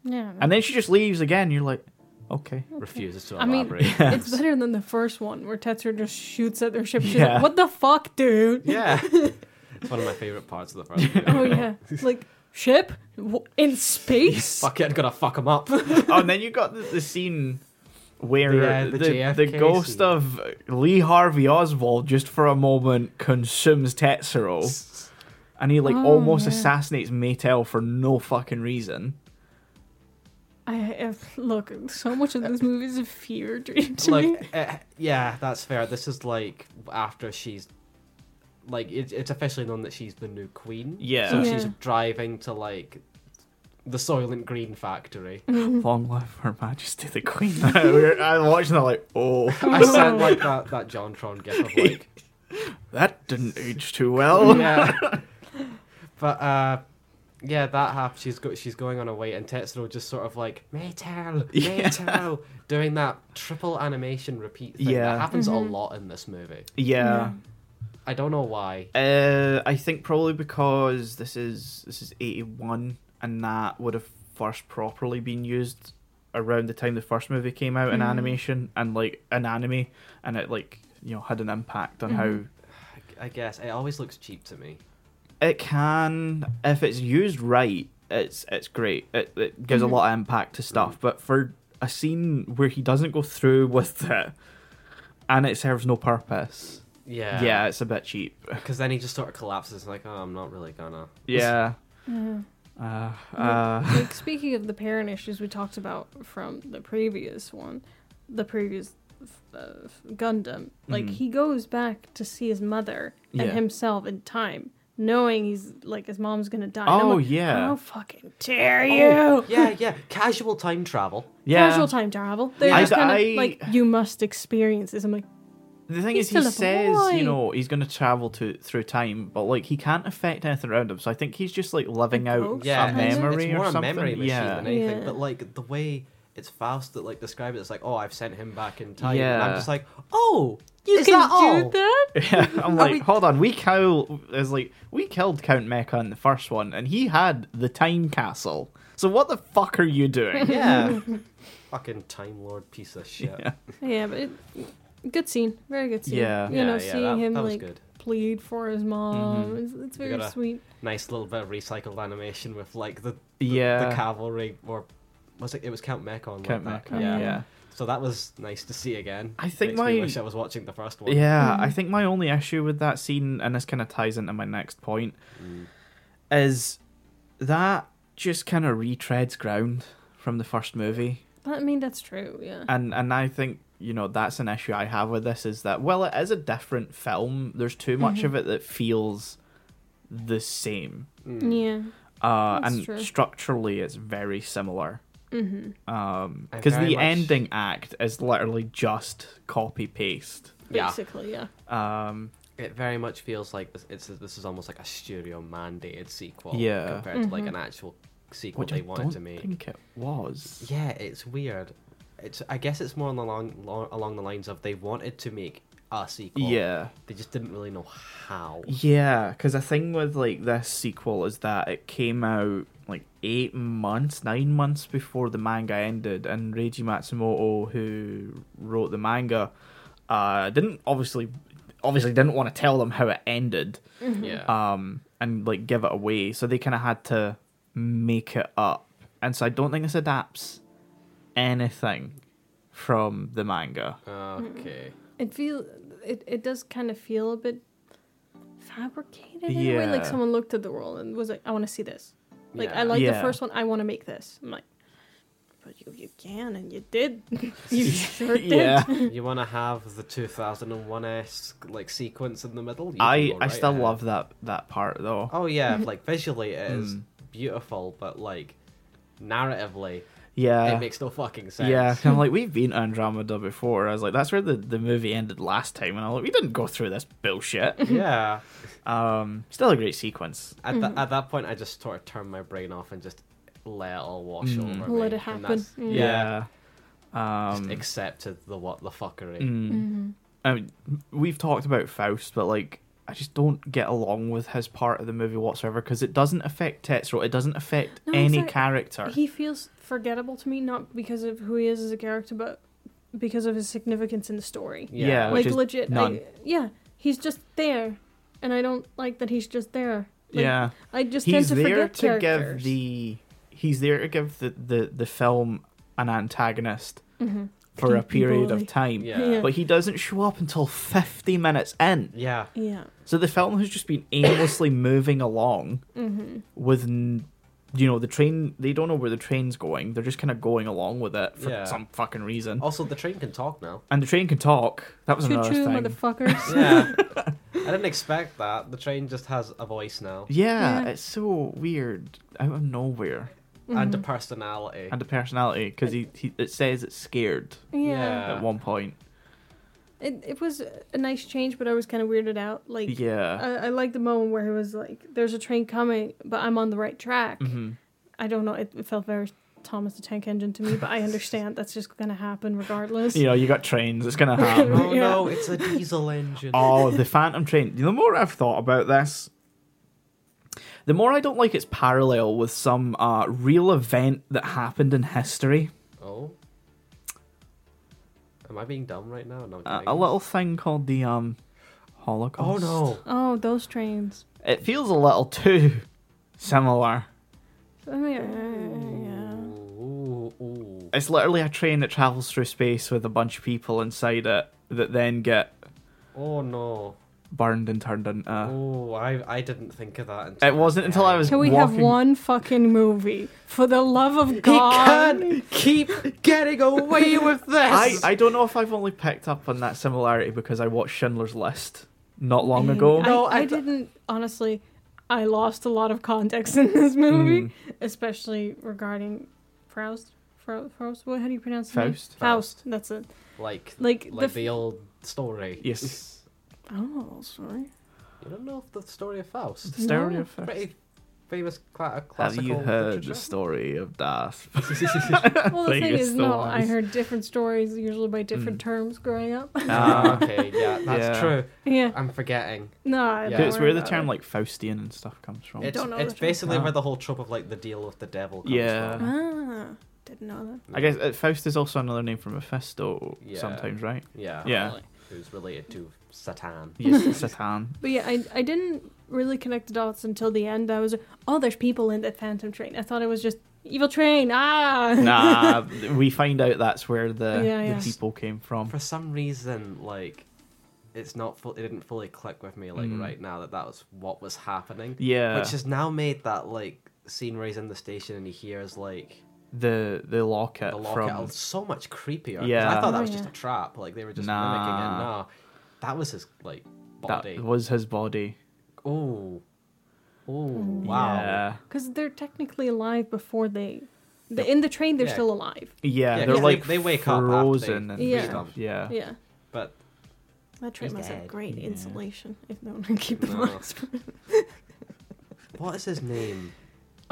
C: Yeah.
A: And then she just leaves again. You're like, okay,
B: refuses to
C: I mean,
B: elaborate.
C: it's better than the first one where Tetsuo just shoots at their ship. She's
A: Yeah.
C: like, "What the fuck, dude?"
B: Yeah. it's one of my favorite parts of the first movie.
C: Oh yeah, like ship W- in space.
B: Fuck it, I'm gonna fuck him up.
A: oh, and then you got the, the scene where
B: Yeah, the
A: the, the,
B: JFK
A: ghost
B: scene.
A: of Lee Harvey Oswald just for a moment consumes Tetsuro, and he like
C: Oh,
A: almost
C: yeah.
A: assassinates Maytel for no fucking reason.
C: I, I look. So much of this movie is a fear dream to me.
B: like, uh, yeah, that's fair. This is like after she's, like, it, it's officially known that she's the new queen.
A: Yeah.
B: So
C: Yeah.
B: she's driving to like the Soylent Green factory.
A: Long live Her Majesty the Queen. I we're- I'm watching that like, oh,
B: I sent like that that JonTron gif of like,
A: that didn't age too well.
B: yeah. But uh, yeah, that happens. She's go- she's going on a wait, and Tetsuo just sort of like Maytel,
A: Yeah.
B: Maytel, doing that triple animation repeat thing.
A: Yeah.
B: That happens a lot in this movie.
A: yeah.
B: I don't know why.
A: Uh, I think probably because this is this is eighty one, and that would have first properly been used around the time the first movie came out in animation and like an anime, and it like you know had an impact on
B: I, I guess it always looks cheap to me.
A: how it can if it's used right. It's it's great. It, it gives a lot of impact to stuff. But for a scene where he doesn't go through with it, and it serves no purpose,
B: Yeah.
A: yeah, it's a bit cheap.
B: Because then he just sort of collapses, like, oh, I'm not really gonna.
A: Yeah.
C: Yeah.
A: Uh,
C: Like-
A: uh,
C: Mm-hmm. like, speaking of the parent issues we talked about from the previous one, the previous uh, Gundam, like
A: Mhm.
B: Mm-hmm.
C: he goes back to see his mother and
A: Yeah.
C: himself in time, knowing he's like his mom's gonna die. And I'm
A: oh
C: like,
A: yeah.
C: How fucking dare you!
B: Oh, yeah, yeah. Casual time travel.
A: yeah.
C: Casual time travel. They're
B: Yeah.
C: just
A: I-
C: kind of
A: I-
C: like you must experience this. I'm like,
A: The thing
C: He's
A: is, he
C: still a
A: says
C: boy.
A: you know he's going to travel to through time, but like he can't affect anything around him. So I think he's just like living
C: A
A: out
C: ghost?
B: Yeah,
A: a
B: it's-
A: memory
B: it's more
A: or
B: a
A: something.
B: memory machine than
A: yeah,
B: anything.
C: Yeah.
B: But like the way it's Faust that like described it, it's like, oh, I've sent him back in time. And I'm
A: Yeah.
B: just like, oh,
C: you
B: is
C: can
B: that all?
C: do that.
A: yeah. I'm like,
B: we-
A: hold on, we kill is like we killed Count Mecha in the first one, and he had the time castle. So what the fuck are you doing?
B: Yeah. Fucking time lord piece of shit.
A: Yeah.
C: Yeah, but it, good scene. Very good scene.
A: Yeah.
C: You
B: Yeah,
C: know,
B: yeah,
C: seeing
B: that-
C: him
B: that was
C: like
B: good. Mm-hmm.
C: plead for his mom. It's, it's very
B: gotta-
C: sweet.
B: Nice little bit of recycled animation with like the the, the
A: Yeah.
B: cavalry or was it? It was Count Mech on
A: Count
B: like that.
A: Mecha, yeah.
B: So that was nice to see again.
A: I think
B: Makes me
A: my-
B: wish I was watching the first one.
A: Yeah,
C: Mm.
A: I think my only issue with that scene, and this kind of ties into my next point,
C: Mm.
A: is that just kind of retreads ground from the first movie,
C: But, I mean, that's true. Yeah.
A: and and I think you know that's an issue I have with this is that well it is a different film. There's too much
C: Mm-hmm.
A: of it that feels the same,
C: Yeah.
A: uh,
C: That's
A: and
C: true.
A: structurally it's very similar.
C: Mm-hmm.
A: Um,
B: I
A: because
B: very
A: the
B: much-
A: ending act is literally just copy paste.
B: Yeah.
C: Basically, yeah.
A: Um,
B: It very much feels like this, it's this is almost like a studio mandated sequel.
A: Yeah.
B: Compared to
C: Mm-hmm.
B: like an actual sequel
A: which
B: they
A: I
B: wanted
A: don't
B: to make.
A: think it was.
B: Yeah, it's weird. It's I guess it's more on the long, long along the lines of they wanted to make a sequel.
A: Yeah.
B: They just didn't really know how.
A: Yeah, because the thing with like this sequel is that it came out like eight months, nine months before the manga ended, and Reiji Matsumoto, who wrote the manga, uh, didn't obviously, obviously didn't want to tell them how it ended,
C: Mm-hmm.
B: Yeah.
A: um, and like give it away. So they kind of had to make it up, and so I don't think this adapts anything from the manga.
B: okay.
C: It feel it, it does kind of feel a bit fabricated in a way. Like
A: Yeah.
C: someone looked at the world and was like, "I want to see this. Like I
B: Yeah.
C: like the
A: Yeah.
C: first one. I want to make this." I'm like, "But you you can and you did. you sure did."
A: Yeah.
B: you want to have the 2001 esque like sequence in the middle? You can
A: I,
B: go
A: I
B: right
A: still
B: ahead.
A: love that that part though.
B: Oh yeah, like visually it
A: Hmm.
B: is beautiful, but like narratively
A: yeah,
B: it makes no fucking sense.
A: Yeah, I'm like, we've been to Andromeda before. I was like, that's where the, the movie ended last time, and I'm like, we didn't go through this bullshit.
B: yeah.
A: Um, still a great sequence.
B: At, tha- at that point, I just sort of turned my brain off and just let it all wash over me.
C: Let it
B: and
C: happen.
B: that's-
C: Mm.
B: Yeah.
A: Hmm. Yeah.
B: Just
A: Um, Mm.
B: accepted the what the fuckery.
C: Mm.
B: Mm-hmm.
A: I mean, we've talked about Faust, but like, I just don't get along with his part of the movie whatsoever because it doesn't affect Tetsuo. It doesn't affect
C: No, he's
A: any
C: like-
A: character.
C: He feels forgettable to me, not because of who he is as a character, but because of his significance in the story.
A: yeah,
B: Yeah.
A: which
C: like
A: is
C: legit,
A: none.
C: I, yeah, he's just there, and I don't like that he's just there. Like,
A: yeah.
C: I just
A: he's
C: tend to
A: there
C: forget
A: to
C: characters.
A: give the he's there to give the the, the film an antagonist
C: Mm-hmm.
A: for a
C: Creepy
A: period
C: boy.
A: of time
B: Yeah. Yeah.
A: but he doesn't show up until 50 minutes in
B: Yeah.
C: yeah.
A: so the film has just been aimlessly moving along
C: Mm-hmm.
A: with n- you know the train they don't know where the train's going they're just kind of going along with it for
B: Yeah.
A: some fucking reason
B: Also, the train can talk now.
A: and the train can talk that was
C: Choo
A: another
C: choo,
A: thing
C: motherfuckers.
B: Yeah. I didn't expect that. The train just has a voice now
A: yeah,
C: Yeah.
A: it's so weird out of nowhere
B: and a personality.
A: and the personality because he, he it says it's scared
C: yeah.
B: Yeah.
A: at one point
C: It, it was a nice change, but I was kind of weirded out. Like, uh,
A: Yeah.
C: I, I like the moment where he was like, "There's a train coming, but I'm on the right track."
A: Mm-hmm.
C: I don't know. It, it felt very Thomas the Tank Engine to me, but I understand that's just gonna happen regardless.
A: you know, you got trains, it's gonna happen.
B: oh
C: Yeah.
B: no, it's a diesel engine.
A: oh, the Phantom Train. The more I've thought about this, the more I don't like its parallel with some uh, real event that happened in history.
B: Oh. Am I being dumb right now? No, I'm
A: A,
B: kidding.
A: a little thing called the um
B: Oh
A: Holocaust.
B: no!
C: Oh, those trains.
A: It feels a little too similar.
C: I mean,
B: Ooh, ooh.
A: It's literally a train that travels through space with a bunch of people inside it that then get
B: Oh no!
A: burned and turned into.
B: Oh, I I didn't think of that. Until
A: Uh. It wasn't until I was.
C: Can we have
A: walking-
C: one fucking movie? For the love of
B: He
C: God.
B: can't keep getting away with this.
A: I, I don't know if I've only picked up on that similarity because I watched Schindler's List not long ago.
C: Mm. I,
B: No,
C: I,
B: I th-
C: didn't. Honestly, I lost a lot of context in
A: Hmm.
C: this movie, especially regarding Faust. Fro- Faust. What? How do you pronounce it?
A: Faust.
C: Faust. That's it.
B: like
C: Like,
B: like
C: the.
B: the old story.
A: Yes.
C: f- oh, sorry.
B: You don't know the story of Faust.
A: The story
C: No.
A: of Faust.
B: Pretty famous cla- uh,
A: Have
B: classical
A: you heard
B: literature.
A: the story of Darth?
C: Well, the
A: Thing
C: thing
A: is
C: is,
A: the
C: no, I
A: lies.
C: heard different stories, usually by different terms growing up.
A: Ah,
B: okay, yeah, that's
A: Yeah.
B: true.
C: yeah.
B: I'm forgetting.
C: No, I
B: Yeah.
C: don't
A: It's
C: worry
A: where the
C: about
A: term
C: it.
A: like Faustian and stuff comes from.
B: It's,
C: Don't know
B: it's
C: the term.
B: basically
A: Ah.
B: where the whole trope of like the deal with the devil comes
A: Yeah.
B: from.
C: Ah, didn't know that.
A: I guess uh, Faust is also another name for Mephisto
B: Yeah.
A: sometimes, right?
B: Yeah.
A: Yeah.
B: Who's related to Satan.
A: Yes, Satan.
C: But yeah, I, I didn't really connect the dots until the end. I was oh, there's people in that Phantom train. I thought it was just evil train. Ah.
A: Nah, we find out that's where the,
C: Yeah, yeah.
A: the people came from.
B: For some reason, like it's not full, it didn't fully click with me like
A: Mm.
B: right now that that was what was happening.
A: Yeah,
B: Which has now made that like scene where he's in the station and he hears like
A: the the locket,
B: the locket
A: Uh, from.
B: so much creepier. 'cause I
A: Yeah.
B: thought that
C: Oh,
B: was just
C: yeah.
B: a trap. Like they were just
A: Nah.
B: mimicking it. No, that was his like body.
A: That was his body.
B: Oh, oh,
C: Mm.
B: wow.
A: Yeah,
C: Because they're technically alive before they. The, in the train, they're
B: Yeah.
C: still alive.
A: yeah.
B: Yeah,
A: they're
B: 'cause they-
A: like
B: they wake up after they
A: frozen and
C: Yeah.
A: stuff. Yeah.
C: Yeah.
B: But
C: That train
B: He's
C: must have
B: dead.
C: great
A: Yeah.
C: insulation if no one can keep them
B: No.
C: alive.
B: what is his name?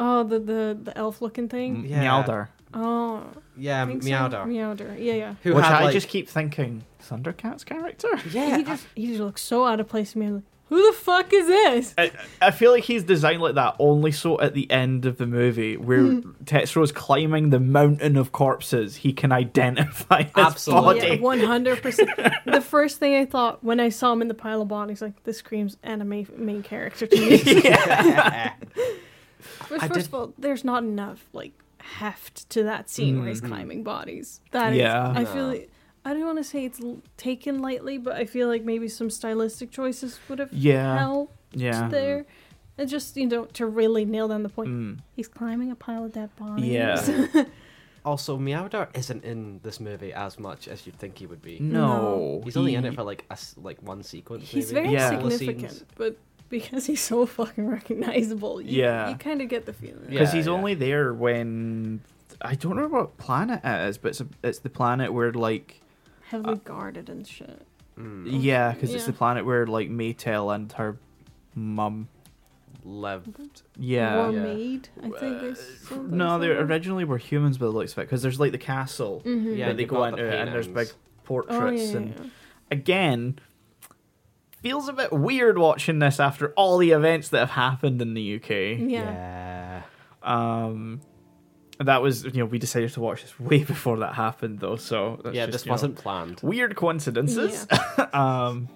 C: Oh, the, the, the elf looking thing?
A: M-
B: Yeah.
A: Meowder,
C: Oh.
B: Yeah,
C: I think so.
B: Meowder.
C: Meowder. Yeah, yeah.
B: Who
A: which
B: had
A: I
B: like
A: just keep thinking Thundercats character.
B: yeah.
C: he, just, he just looks so out of place to me. I'm like, Who the fuck is this?
A: I, I feel like he's designed like that only so at the end of the movie where
C: Hmm.
A: Tetsuro's climbing the mountain of corpses he can identify his
B: Absolutely.
A: body.
C: Yeah, one hundred percent. The first thing I thought when I saw him in the pile of bodies, like this screams anime main character to me. First,
B: I
C: first
B: did-
C: of all, there's not enough like heft to that scene where he's climbing bodies. That is,
A: Mm-hmm. Yeah.
C: I feel
B: No.
C: like I don't want to say it's l- taken lightly, but I feel like maybe some stylistic choices would have
A: Yeah.
C: helped
A: Yeah.
C: there. And just you know to really nail down the point,
A: Mm.
C: he's climbing a pile of dead bodies.
A: Yeah.
B: also Meowder isn't in this movie as much as you'd think he would be.
A: No.
B: He's only in it
A: he-
B: for like a s like one sequence.
C: He's
B: maybe.
C: very
A: Yeah.
B: Couple of scenes.
C: significant, but because he's so fucking recognizable, you,
A: Yeah.
C: you kind of get the feeling.
B: Yeah.
A: because he's only there when I don't know what planet it is, but it's a, it's the planet where like
C: Heavily
B: Uh,
C: guarded and shit.
B: Mm.
A: yeah, because it's
C: Yeah.
A: the planet where like Maytel and her mum
B: Leved.
A: yeah.
C: Or
B: Yeah.
C: maid, I think.
A: Uh,
C: there's something-
A: no, they
C: something.
A: originally were humans by the looks of it, because there's like the castle
C: Mhm.
B: Yeah,
A: that they
B: you've
A: go
B: got
A: into,
B: the
A: and there's big
B: paintings.
A: portraits,
C: Oh, yeah, yeah,
A: and
C: yeah.
A: again feels a bit weird watching this after all the events that have happened in the UK.
B: yeah.
C: Yeah.
A: Um, that was you know we decided to watch this way before that happened though, so that's
B: Yeah,
A: just,
B: this
A: you know,
B: wasn't planned.
A: weird coincidences. um,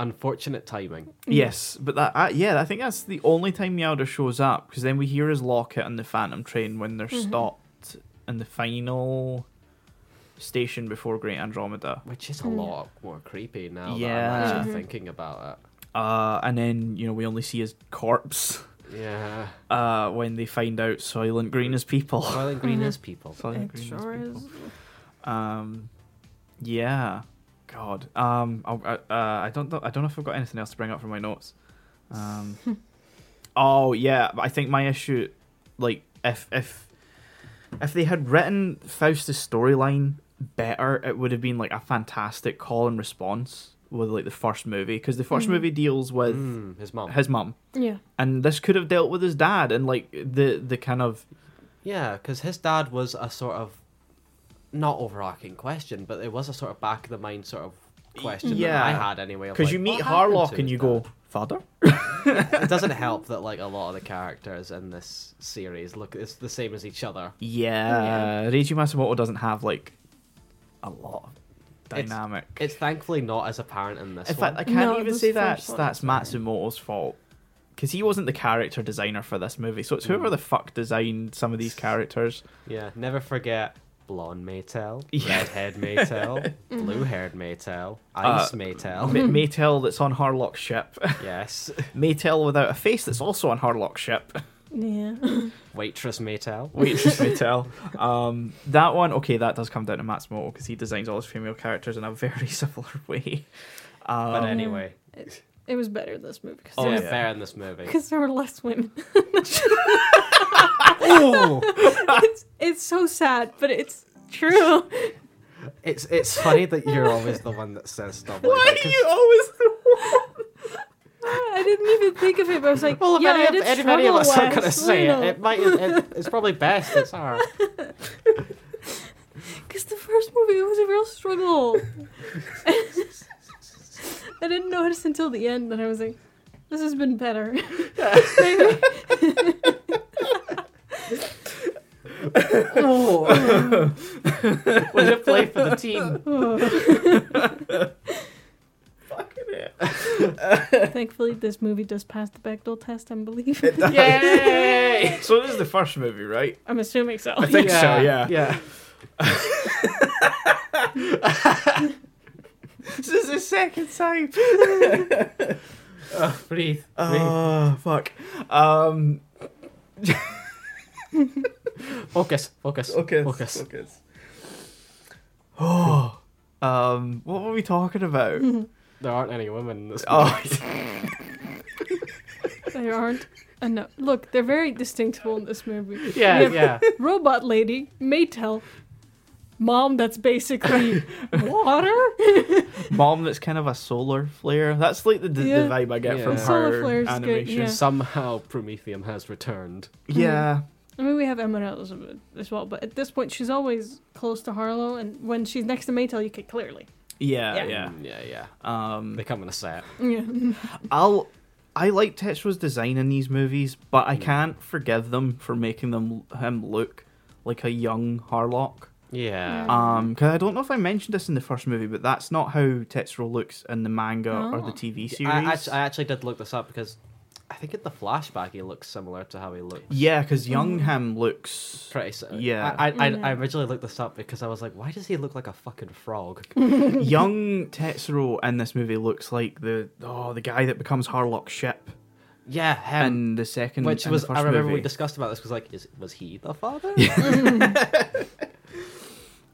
B: Unfortunate timing.
C: Mm.
A: yes, but that uh, yeah, I think that's the only time Meowder shows up because then we hear his locket and the Phantom train when they're
C: Mm-hmm.
A: stopped in the final station before Great Andromeda.
B: Which is a
C: Mm.
B: lot more creepy now that I'm
A: Yeah.
B: actually
C: Mhm.
B: thinking about
A: Uh, and then you know we only see his corpse
B: it. Yeah.
A: uh, when they find out Soylent Green is people.
B: Soylent
C: Mm-hmm.
B: Green is people.
A: Soylent
C: It
A: Green
C: sure
A: is
C: is.
A: people. Um, yeah. God. Um, I, I- uh, I don't know. I don't know if I've got anything else to bring up from my notes. Um, oh yeah, I think my issue, like if if if they had written Faust's storyline better, it would have been like a fantastic call and response with like the first movie because the 1st
C: Mhm.
A: movie deals with
B: Mm, his mom.
A: his mum,
C: Yeah.
A: and this could have dealt with his dad and like the the kind of
B: Yeah, because his dad was a sort of not overarching question, but it was a sort of back of the mind sort of question
A: yeah.
B: that I had anyway. of
A: because
B: like,
A: you meet
B: what happened
A: Harlock
B: to
A: and
B: his
A: you
B: dad?
A: go father.
B: It doesn't help that like a lot of the characters in this series look it's the same as each other.
A: Yeah, Reiji Matsumoto doesn't have like a lot of dynamic.
B: It's thankfully not as apparent in this
A: In
B: one.
A: fact, I can't
C: No,
A: even
C: this
A: say that's
C: first one
A: that's
C: is fine.
A: Matsumoto's fault because he wasn't the character designer for this movie. So it's whoever the fuck designed some of these characters.
B: yeah, never forget blonde Maytel,
A: Yeah.
B: redhead Maytel, blue-haired Maytel, ice Maytel.
A: Ma- Maytel that's on Harlock's ship.
B: yes,
A: Maytel without a face that's also on Harlock's ship.
C: Yeah.
B: waitress Maytel.
A: Wait, just Maytel. Um, that one, okay, that does come down to Matsumoto because he designs all his female characters in a very similar way. Um,
B: But anyway,
C: It, it was better this movie because
A: Oh,
B: yeah,
A: yeah.
B: fair in this movie.
C: there were less women.
B: Ooh!
C: It's so sad, but it's true.
B: It's it's funny that you're always the one that says stuff like
A: why
B: that.
A: are
B: 'cause
A: you always?
C: I didn't even think of it, but I was like,
B: Well, if
C: yeah,
B: any,
C: I
B: of,
C: did
B: if any of us
C: struggle
B: are
C: with
B: gonna
C: it,
B: say
C: you
B: it,
C: know.
B: it might. It, it's probably best. It's our.
C: Because the first movie, it was a real struggle. I didn't notice until the end that I was like, this has been better. Maybe.
B: Would you play for the team?
A: Fucking it.
C: Thankfully, this movie does pass the Bechdel test, I believe.
B: Yay!
A: So this is the first movie, right?
C: I'm assuming so.
A: I think so, yeah.
B: Yeah.
A: This is the second time.
B: Breathe. breathe.
A: Oh fuck. Um,
B: Focus. Focus.
A: okay.
B: Focus.
A: Focus. Oh. Um, what were we talking about?
B: There aren't any women in this.
A: oh,
C: They aren't enough. Look, they're very distinctable in this movie.
B: Yeah,
C: We have
B: yeah.
C: Robot lady, Maytel, mom that's basically water.
A: mom, that's kind of a solar flare. That's like the, the,
C: Yeah.
A: vibe I get
B: Yeah.
A: from
C: Solar
A: her
C: flare's good,
A: animation.
C: yeah.
B: Somehow Prometheum has returned.
A: yeah.
C: I mean, we have Emma Elizabeth as well, but at this point, she's always close to Harlow, and when she's next to Maytel, you can clearly.
A: Yeah, yeah,
C: Yeah.
B: Mm, Yeah, yeah.
A: Um,
B: They come in a set.
C: Yeah.
A: I'll. I like Tetra's design in these movies, but I can't forgive them for making them him look like a young Harlock.
B: Yeah.
C: Yeah.
A: Um, cause I don't know if I mentioned this in the first movie, but that's not how Tetsuro looks in the manga or the
C: Oh.
A: TV E series.
B: I, act- I actually did look this up because I think in the flashback he looks similar to how he looks.
A: yeah, because
C: Oh.
A: young him looks.
B: Pretty similar.
A: Yeah.
B: I, I, I, I originally looked this up because I was like, why does he look like a fucking frog?
A: young Tetsuro in this movie looks like the oh the guy that becomes Harlock's ship
B: yeah, him.
A: in the second.
B: Which
A: in
B: was
A: the first
B: I remember we
A: movie.
B: discussed about this because like, is, was he the father?
A: Uh,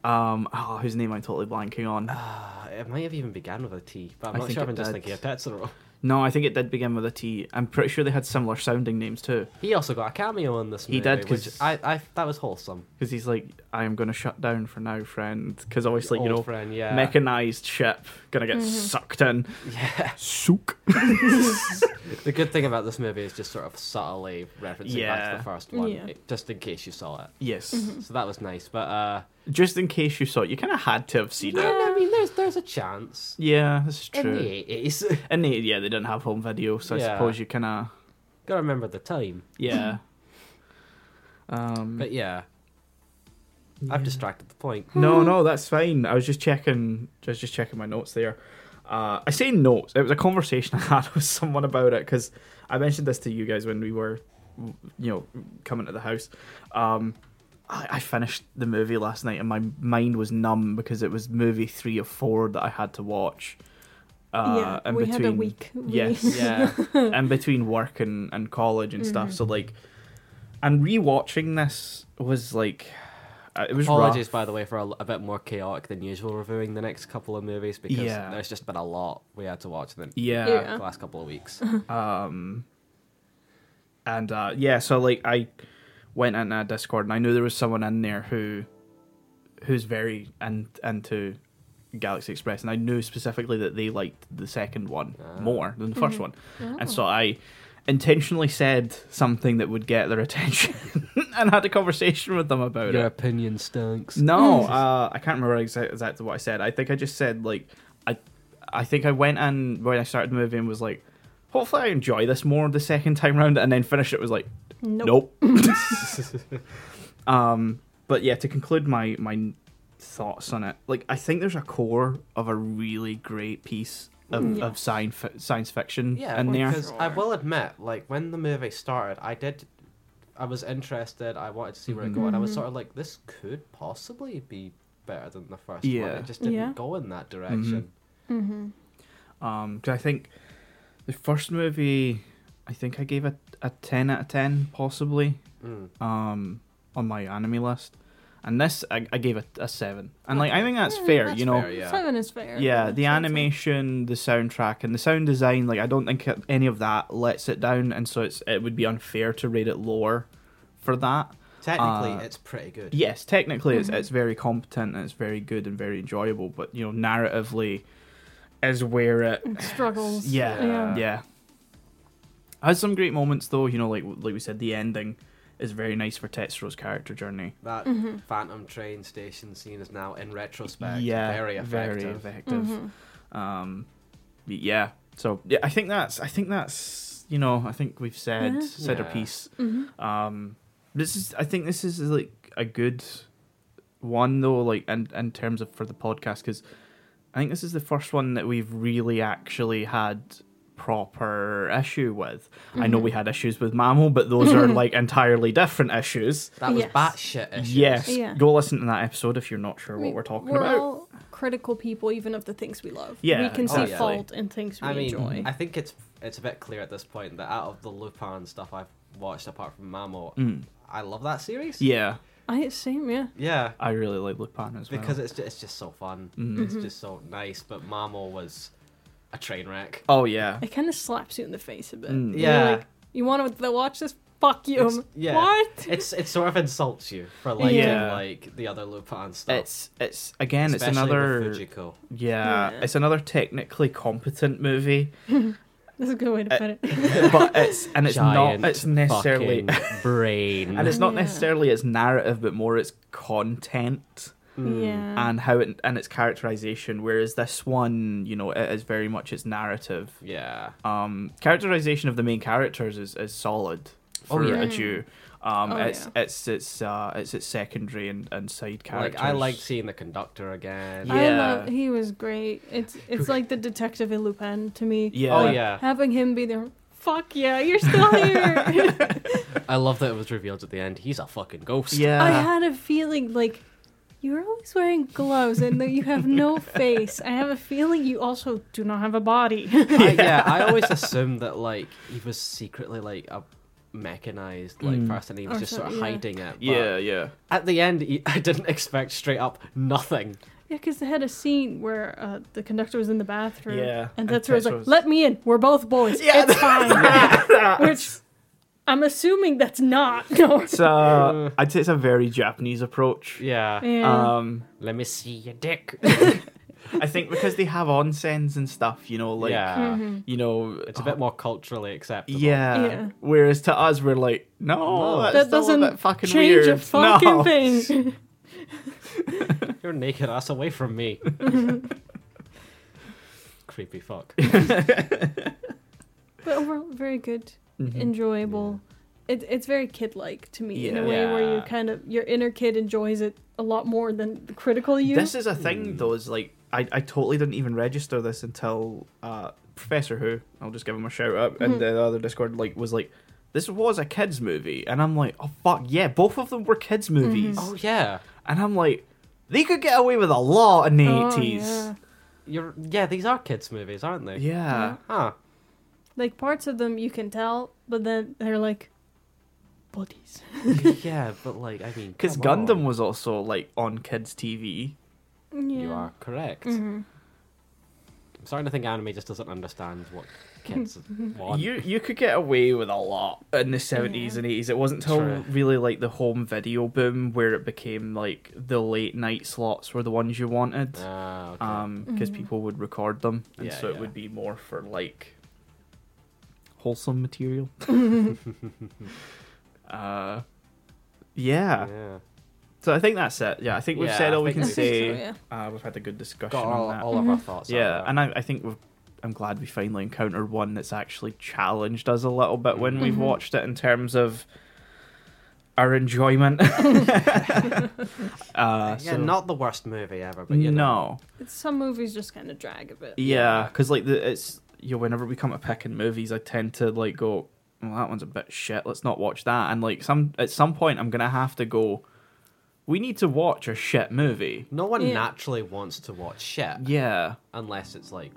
A: um oh, whose name I'm totally blanking on.
B: Uh, it might have even began with a T, but I'm
A: I
B: not
A: think
B: sure.
A: it
B: if I'm just
A: did.
B: thinking of Tetsuro.
A: No, I think it did begin with a T. I'm pretty sure they had similar sounding names too,
B: He also got a cameo in this.
A: He
B: movie,
A: did,
B: which
A: 'cause-
B: I, I that was wholesome.
A: because he's like, I am gonna shut down for now, friend, because obviously you
B: Old
A: know.
B: friend, yeah.
A: Mechanized ship gonna get sucked in.
B: yeah.
A: Sook.
B: The good thing about this movie is just sort of subtly referencing back to
A: Yeah.
B: the first one,
C: Yeah.
B: it- just in case you saw it.
A: Yes.
B: So that was nice, but uh,
A: Just in case you saw it, you kind of had to have seen it.
B: I mean, there's there's a chance
A: Yeah, that's
B: in
A: true.
B: the eighties.
A: And they, yeah, they didn't have home video, so I
B: Yeah.
A: suppose you kind of
B: Gotta remember the time.
A: yeah. um,
B: But yeah, I've distracted the point.
A: no, no, that's fine. I was just checking, just just checking my notes there. Uh, I say notes. It was a conversation I had with someone about it because I mentioned this to you guys when we were, you know, coming to the house. Um, I, I finished the movie last night and my mind was numb because it was movie three or four that I had to watch. Uh,
C: yeah,
A: in
C: we
A: between,
C: had a week. We-
A: Yes.
B: Yeah,
A: in between work and, and college and stuff.
C: Mm-hmm.
A: So like, and rewatching this was like, uh, it was
B: apologies
A: rough.
B: by the way for a, l- a bit more chaotic than usual reviewing the next couple of movies because
A: Yeah.
B: there's just been a lot we had to watch in the
A: Yeah.
B: the last couple of weeks.
A: Um. And uh, yeah, so like I went into a Discord and I knew there was someone in there who, who's very in, into Galaxy Express, and I knew specifically that they liked the second one more than the 1st one,
C: Oh.
A: and so I intentionally said something that would get their attention and had a conversation with them about it.
B: opinion stinks.
A: No, uh, I can't remember exa- exactly what I said. I think I just said like, I, I think I went and when I started the movie and was like, hopefully I enjoy this more the second time round, and then finished it was like,
C: Nope.
A: nope. um, but yeah, to conclude my my thoughts on it. Like, I think there's a core of a really great piece of,
C: Mm.
A: of science fi- science fiction
B: Yeah,
A: in there.
B: because I will admit, like when the movie started, I did, I was interested. I wanted to see
A: Mm-hmm.
B: where it go, and I was
C: Mhm.
B: sort of like, this could possibly be better than the first one.
A: Yeah.
B: It just didn't
C: Yeah.
B: go in that direction.
C: Mm-hmm.
A: Um, 'cause I think the first movie, I think I gave a a ten out of ten, possibly,
B: Mm.
A: um, on my anime list, and this I, I gave a, a seven, and like I think that's
C: Yeah,
A: fair,
B: that's
A: you know.
B: fair, yeah.
C: Seven is fair.
A: Yeah, the
C: sounds like-
A: animation, the soundtrack, and the sound design. Like, I don't think it- any of that lets it down, and so it's it would be unfair to rate it lower for that.
B: Technically,
A: Uh,
B: it's pretty good.
A: Yes, technically, it's it's very competent, and it's very good and very enjoyable. But you know, narratively, is where it
C: It struggles.
A: yeah
C: Yeah.
A: yeah. Has some great moments though. You know, like like we said, the ending is very nice for Tetsuro's character journey.
B: That
C: Mm-hmm.
B: Phantom train station scene is now, in retrospect,
A: yeah,
B: very effective.
A: Very effective.
C: Mm-hmm.
A: Um, y- yeah. So yeah, I think that's I think that's you know I think we've said
C: Yeah.
A: said
B: Yeah.
A: a piece.
C: Mhm.
A: Um, this is I think this is like a good one though, like in in terms of for the podcast because I think this is the first one that we've really actually had proper issue with. I
C: Mm-hmm.
A: know we had issues with Mammal, but those are like entirely different issues.
B: That was
C: Yes.
B: batshit issues.
A: Yes,
C: Yeah.
A: go listen to that episode if you're not sure what
C: We-
A: we're talking
C: we're
A: about.
C: all critical people, even of the things we love.
A: Yeah,
C: we can see
B: exactly.
C: fault in things we
B: I mean,
C: enjoy.
B: I think it's it's a bit clear at this point that out of the Lupin stuff I've watched, apart from Mamo,
A: Mm.
B: I love that series.
A: Yeah,
C: I same, yeah.
B: Yeah.
A: I really like Lupin as well.
B: because it's just, it's just so fun.
A: Mhm.
B: It's just so nice. But Mamo was a train wreck.
A: oh yeah,
C: It kind of slaps you in the face a bit.
A: Mm.
C: You're
B: Yeah.
C: like, you want to watch this? Fuck you.
B: It's- yeah.
C: What?
B: It's it sort of insults you for liking
A: Yeah.
B: like the other Lupin stuff.
A: it's it's again
B: Especially
A: it's another
B: with Fujiko.
A: yeah,
C: Yeah.
A: it's another technically competent movie,
C: That's a good way to
A: Uh,
C: put it.
A: but it's and it's
B: Giant
A: not it's necessarily
B: fucking brain.
A: and it's not
C: Yeah.
A: necessarily its narrative, but more its content
B: Mm.
C: yeah.
A: mm, and how it and its characterization. Whereas this one, you know, it is very much its narrative.
B: yeah.
A: Um, characterization of the main characters is, is solid
B: Oh,
A: for
B: yeah.
A: a Jew. Um,
C: Oh,
A: it's
C: yeah.
A: it's it's uh it's its secondary and, and side characters.
B: Like I liked seeing the conductor again.
A: Yeah.
C: I love. He was great. It's it's like the detective in Lupin to me.
A: Yeah.
B: Oh yeah.
C: Having him be there. Fuck yeah, you're still here.
B: I love that it was revealed at the end. He's a fucking ghost.
A: yeah.
C: I had a feeling like you're always wearing gloves and that you have no face. I have a feeling you also do not have a body.
B: I, yeah, I always assumed that like he was secretly like a mechanized like
A: Mm.
B: person. He was
C: Or
B: just sort of
C: something, yeah.
B: hiding it. but
A: yeah, yeah.
B: At the end, he, I didn't expect straight up nothing.
C: yeah, because they had a scene where uh, the conductor was in the bathroom.
A: Yeah,
C: And
A: and
C: that's where I was
A: Tetra
C: like,
A: was-
C: let me in. We're both boys.
A: Yeah,
C: it's fine. Which I'm assuming that's not. No.
A: It's uh, I'd say it's a very Japanese approach.
B: Yeah.
C: Yeah.
A: Um,
B: Let me see your dick.
A: I think because they have onsens and stuff, you know, like
B: yeah.
C: Mm-hmm.
A: you know,
B: It's a bit more culturally acceptable.
A: Yeah.
C: Yeah.
A: Whereas to us, we're like, no,
B: No.
A: that's
C: that
A: still a
C: doesn't
A: bit fucking
C: change
A: weird.
C: a fucking
A: no.
C: thing.
B: Your naked ass away from me. Creepy fuck.
C: But overall, very good,
A: Mhm.
C: enjoyable. It, it's very kid-like to me in a way where you
B: Yeah.
C: kind of your inner kid enjoys it a lot more than the critical you.
A: This is a thing, though. Is like, I, I totally didn't even register this until uh, Professor Who. I'll just give him a shout out.
C: Mm-hmm.
A: And the other Discord like was like, this was a kids movie, and I'm like, oh fuck yeah, both of them were kids
C: Mm-hmm.
A: movies,
B: Oh yeah.
A: and I'm like, they could get away with a lot in the
C: Oh,
A: eighties.
C: yeah.
B: You're yeah, these are kids movies, aren't they?
A: Yeah.
B: Huh.
C: Like parts of them you can tell, but then they're like bodies.
B: yeah, but like I mean
A: Because
B: come
A: Gundam
B: on.
A: was also like on kids' TV.
C: Yeah. Mm-hmm.
B: You are correct. I'm starting to think anime just doesn't understand what kids want.
A: You you could get away with a lot in the seventies
C: Yeah.
A: and eighties. It wasn't till
B: True.
A: really like the home video boom where it became like the late night slots were the ones you wanted.
B: Ah, okay.
A: Um, because people would record them, and
B: Yeah,
A: so it
B: yeah.
A: would be more for like wholesome material. uh, yeah.
B: yeah.
A: So I think that's it. Yeah, I think we've
B: Yeah,
A: said
B: I
A: all we can
B: think
C: I
B: so,
A: say.
C: think so, yeah.
A: uh, we've had a good discussion
B: Got
A: on
B: all,
A: that.
B: all of our
C: Mm-hmm.
B: thoughts. out
A: Yeah,
B: there.
A: and I, I think we've, I'm glad we finally encountered
B: Mm-hmm.
A: one that's actually challenged us a little bit when we've
C: Mhm.
A: watched it in terms of our enjoyment. uh,
B: yeah,
A: so-
B: not the worst movie ever, but you know.
A: no,
C: It's, some movies just kind of drag a bit.
A: yeah, because like the, it's you know, whenever we come to picking movies, I tend to like go, well, that one's a bit shit. Let's not watch that. And like some at some point, I'm gonna have to go. We need to watch a shit movie.
B: No one
C: Yeah.
B: naturally wants to watch shit
A: Yeah, unless
B: unless it's like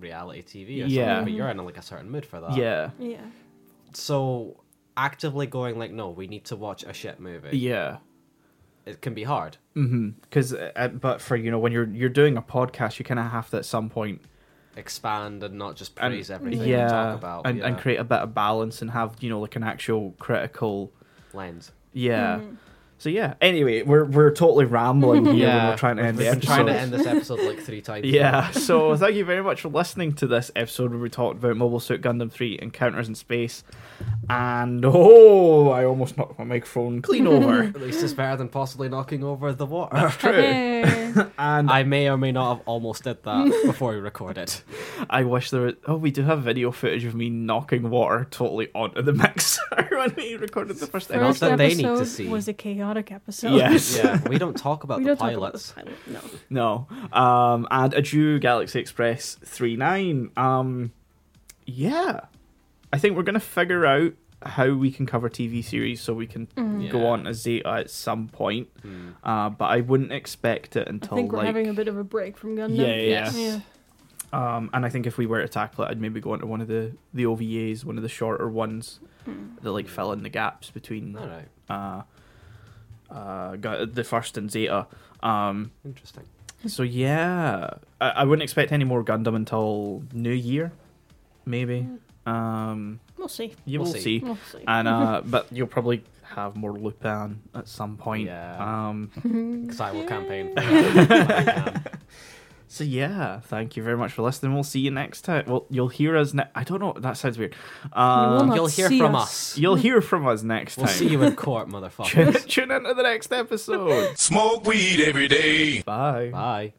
B: reality TV
A: Yeah.
B: or something.
C: Mm-hmm.
B: But you're in like a certain mood for that.
A: yeah,
C: Yeah.
B: So actively going like, no, we need to watch a shit movie.
A: yeah.
B: It can be hard.
A: Because uh, but for you know when you're you're doing a podcast, you kind of have to at some point
B: Expand and not just
A: and-
B: praise everything
A: yeah,
B: and talk about
A: and, and
B: yeah,
A: create a bit of balance and have you know like an actual critical
B: lens.
A: yeah. So yeah. Anyway, we're we're totally rambling here when
B: Yeah,
A: we're trying to end the
B: We've been
A: episode.
B: trying to end this episode like three times.
A: Yeah, so thank you very much for listening to this episode where we talked about Mobile Suit Gundam 3 Encounters in Space. And oh, I almost knocked my microphone clean over.
B: At least it's better than possibly knocking over the water.
C: Hey.
A: and
B: I may or may not have almost did that before we recorded.
A: I wish there was. Oh, we do have video footage of me knocking water totally onto the mixer when we recorded the first episode.
C: First
B: that they need to
C: episode
B: see.
C: was a chaotic episode.
A: Yes.
B: Yeah, we don't talk about
C: We
B: the
C: don't talk about
B: pilots.
C: the pilot. No.
A: No. Um, and adieu, Galaxy Express 39. Um, yeah. I think we're going to figure out how we can cover TV series so we can go
C: Mm-hmm.
B: Yeah.
A: on to Zeta at some point.
B: Mm.
A: Uh, but I wouldn't expect it
C: I
A: until
C: think we're
A: like.
C: having a bit of a break from Gundam.
A: Yeah, yeah,
B: Yes.
C: Yeah.
A: Um, and I think if we were to tackle it, I'd maybe go into one of the, the OVAs, one of the shorter ones
C: Hmm.
A: that like fill in the gaps between
B: All right,
A: uh, uh, Ga- the first and Zeta. Um,
B: interesting.
A: So yeah, I, I wouldn't expect any more Gundam until New Year, maybe. Um,
C: We'll see.
A: you will
B: We'll
A: see.
B: see.
C: We'll see.
A: And uh, but you'll probably have more Lupin at some point.
B: Yeah.
A: Um,
B: Because I will campaign. For that. um,
A: so yeah, thank you very much for listening. We'll see you next time. Well, you'll hear us. Ne- I don't know. That sounds weird.
C: will
A: Uh,
C: not
B: You'll hear
C: see
B: from
C: us.
B: us.
A: you'll hear from us next
B: We'll
A: time.
B: see you in court, motherfuckers.
A: Tune into the next episode.
D: Smoke weed every day.
A: Bye.
B: Bye.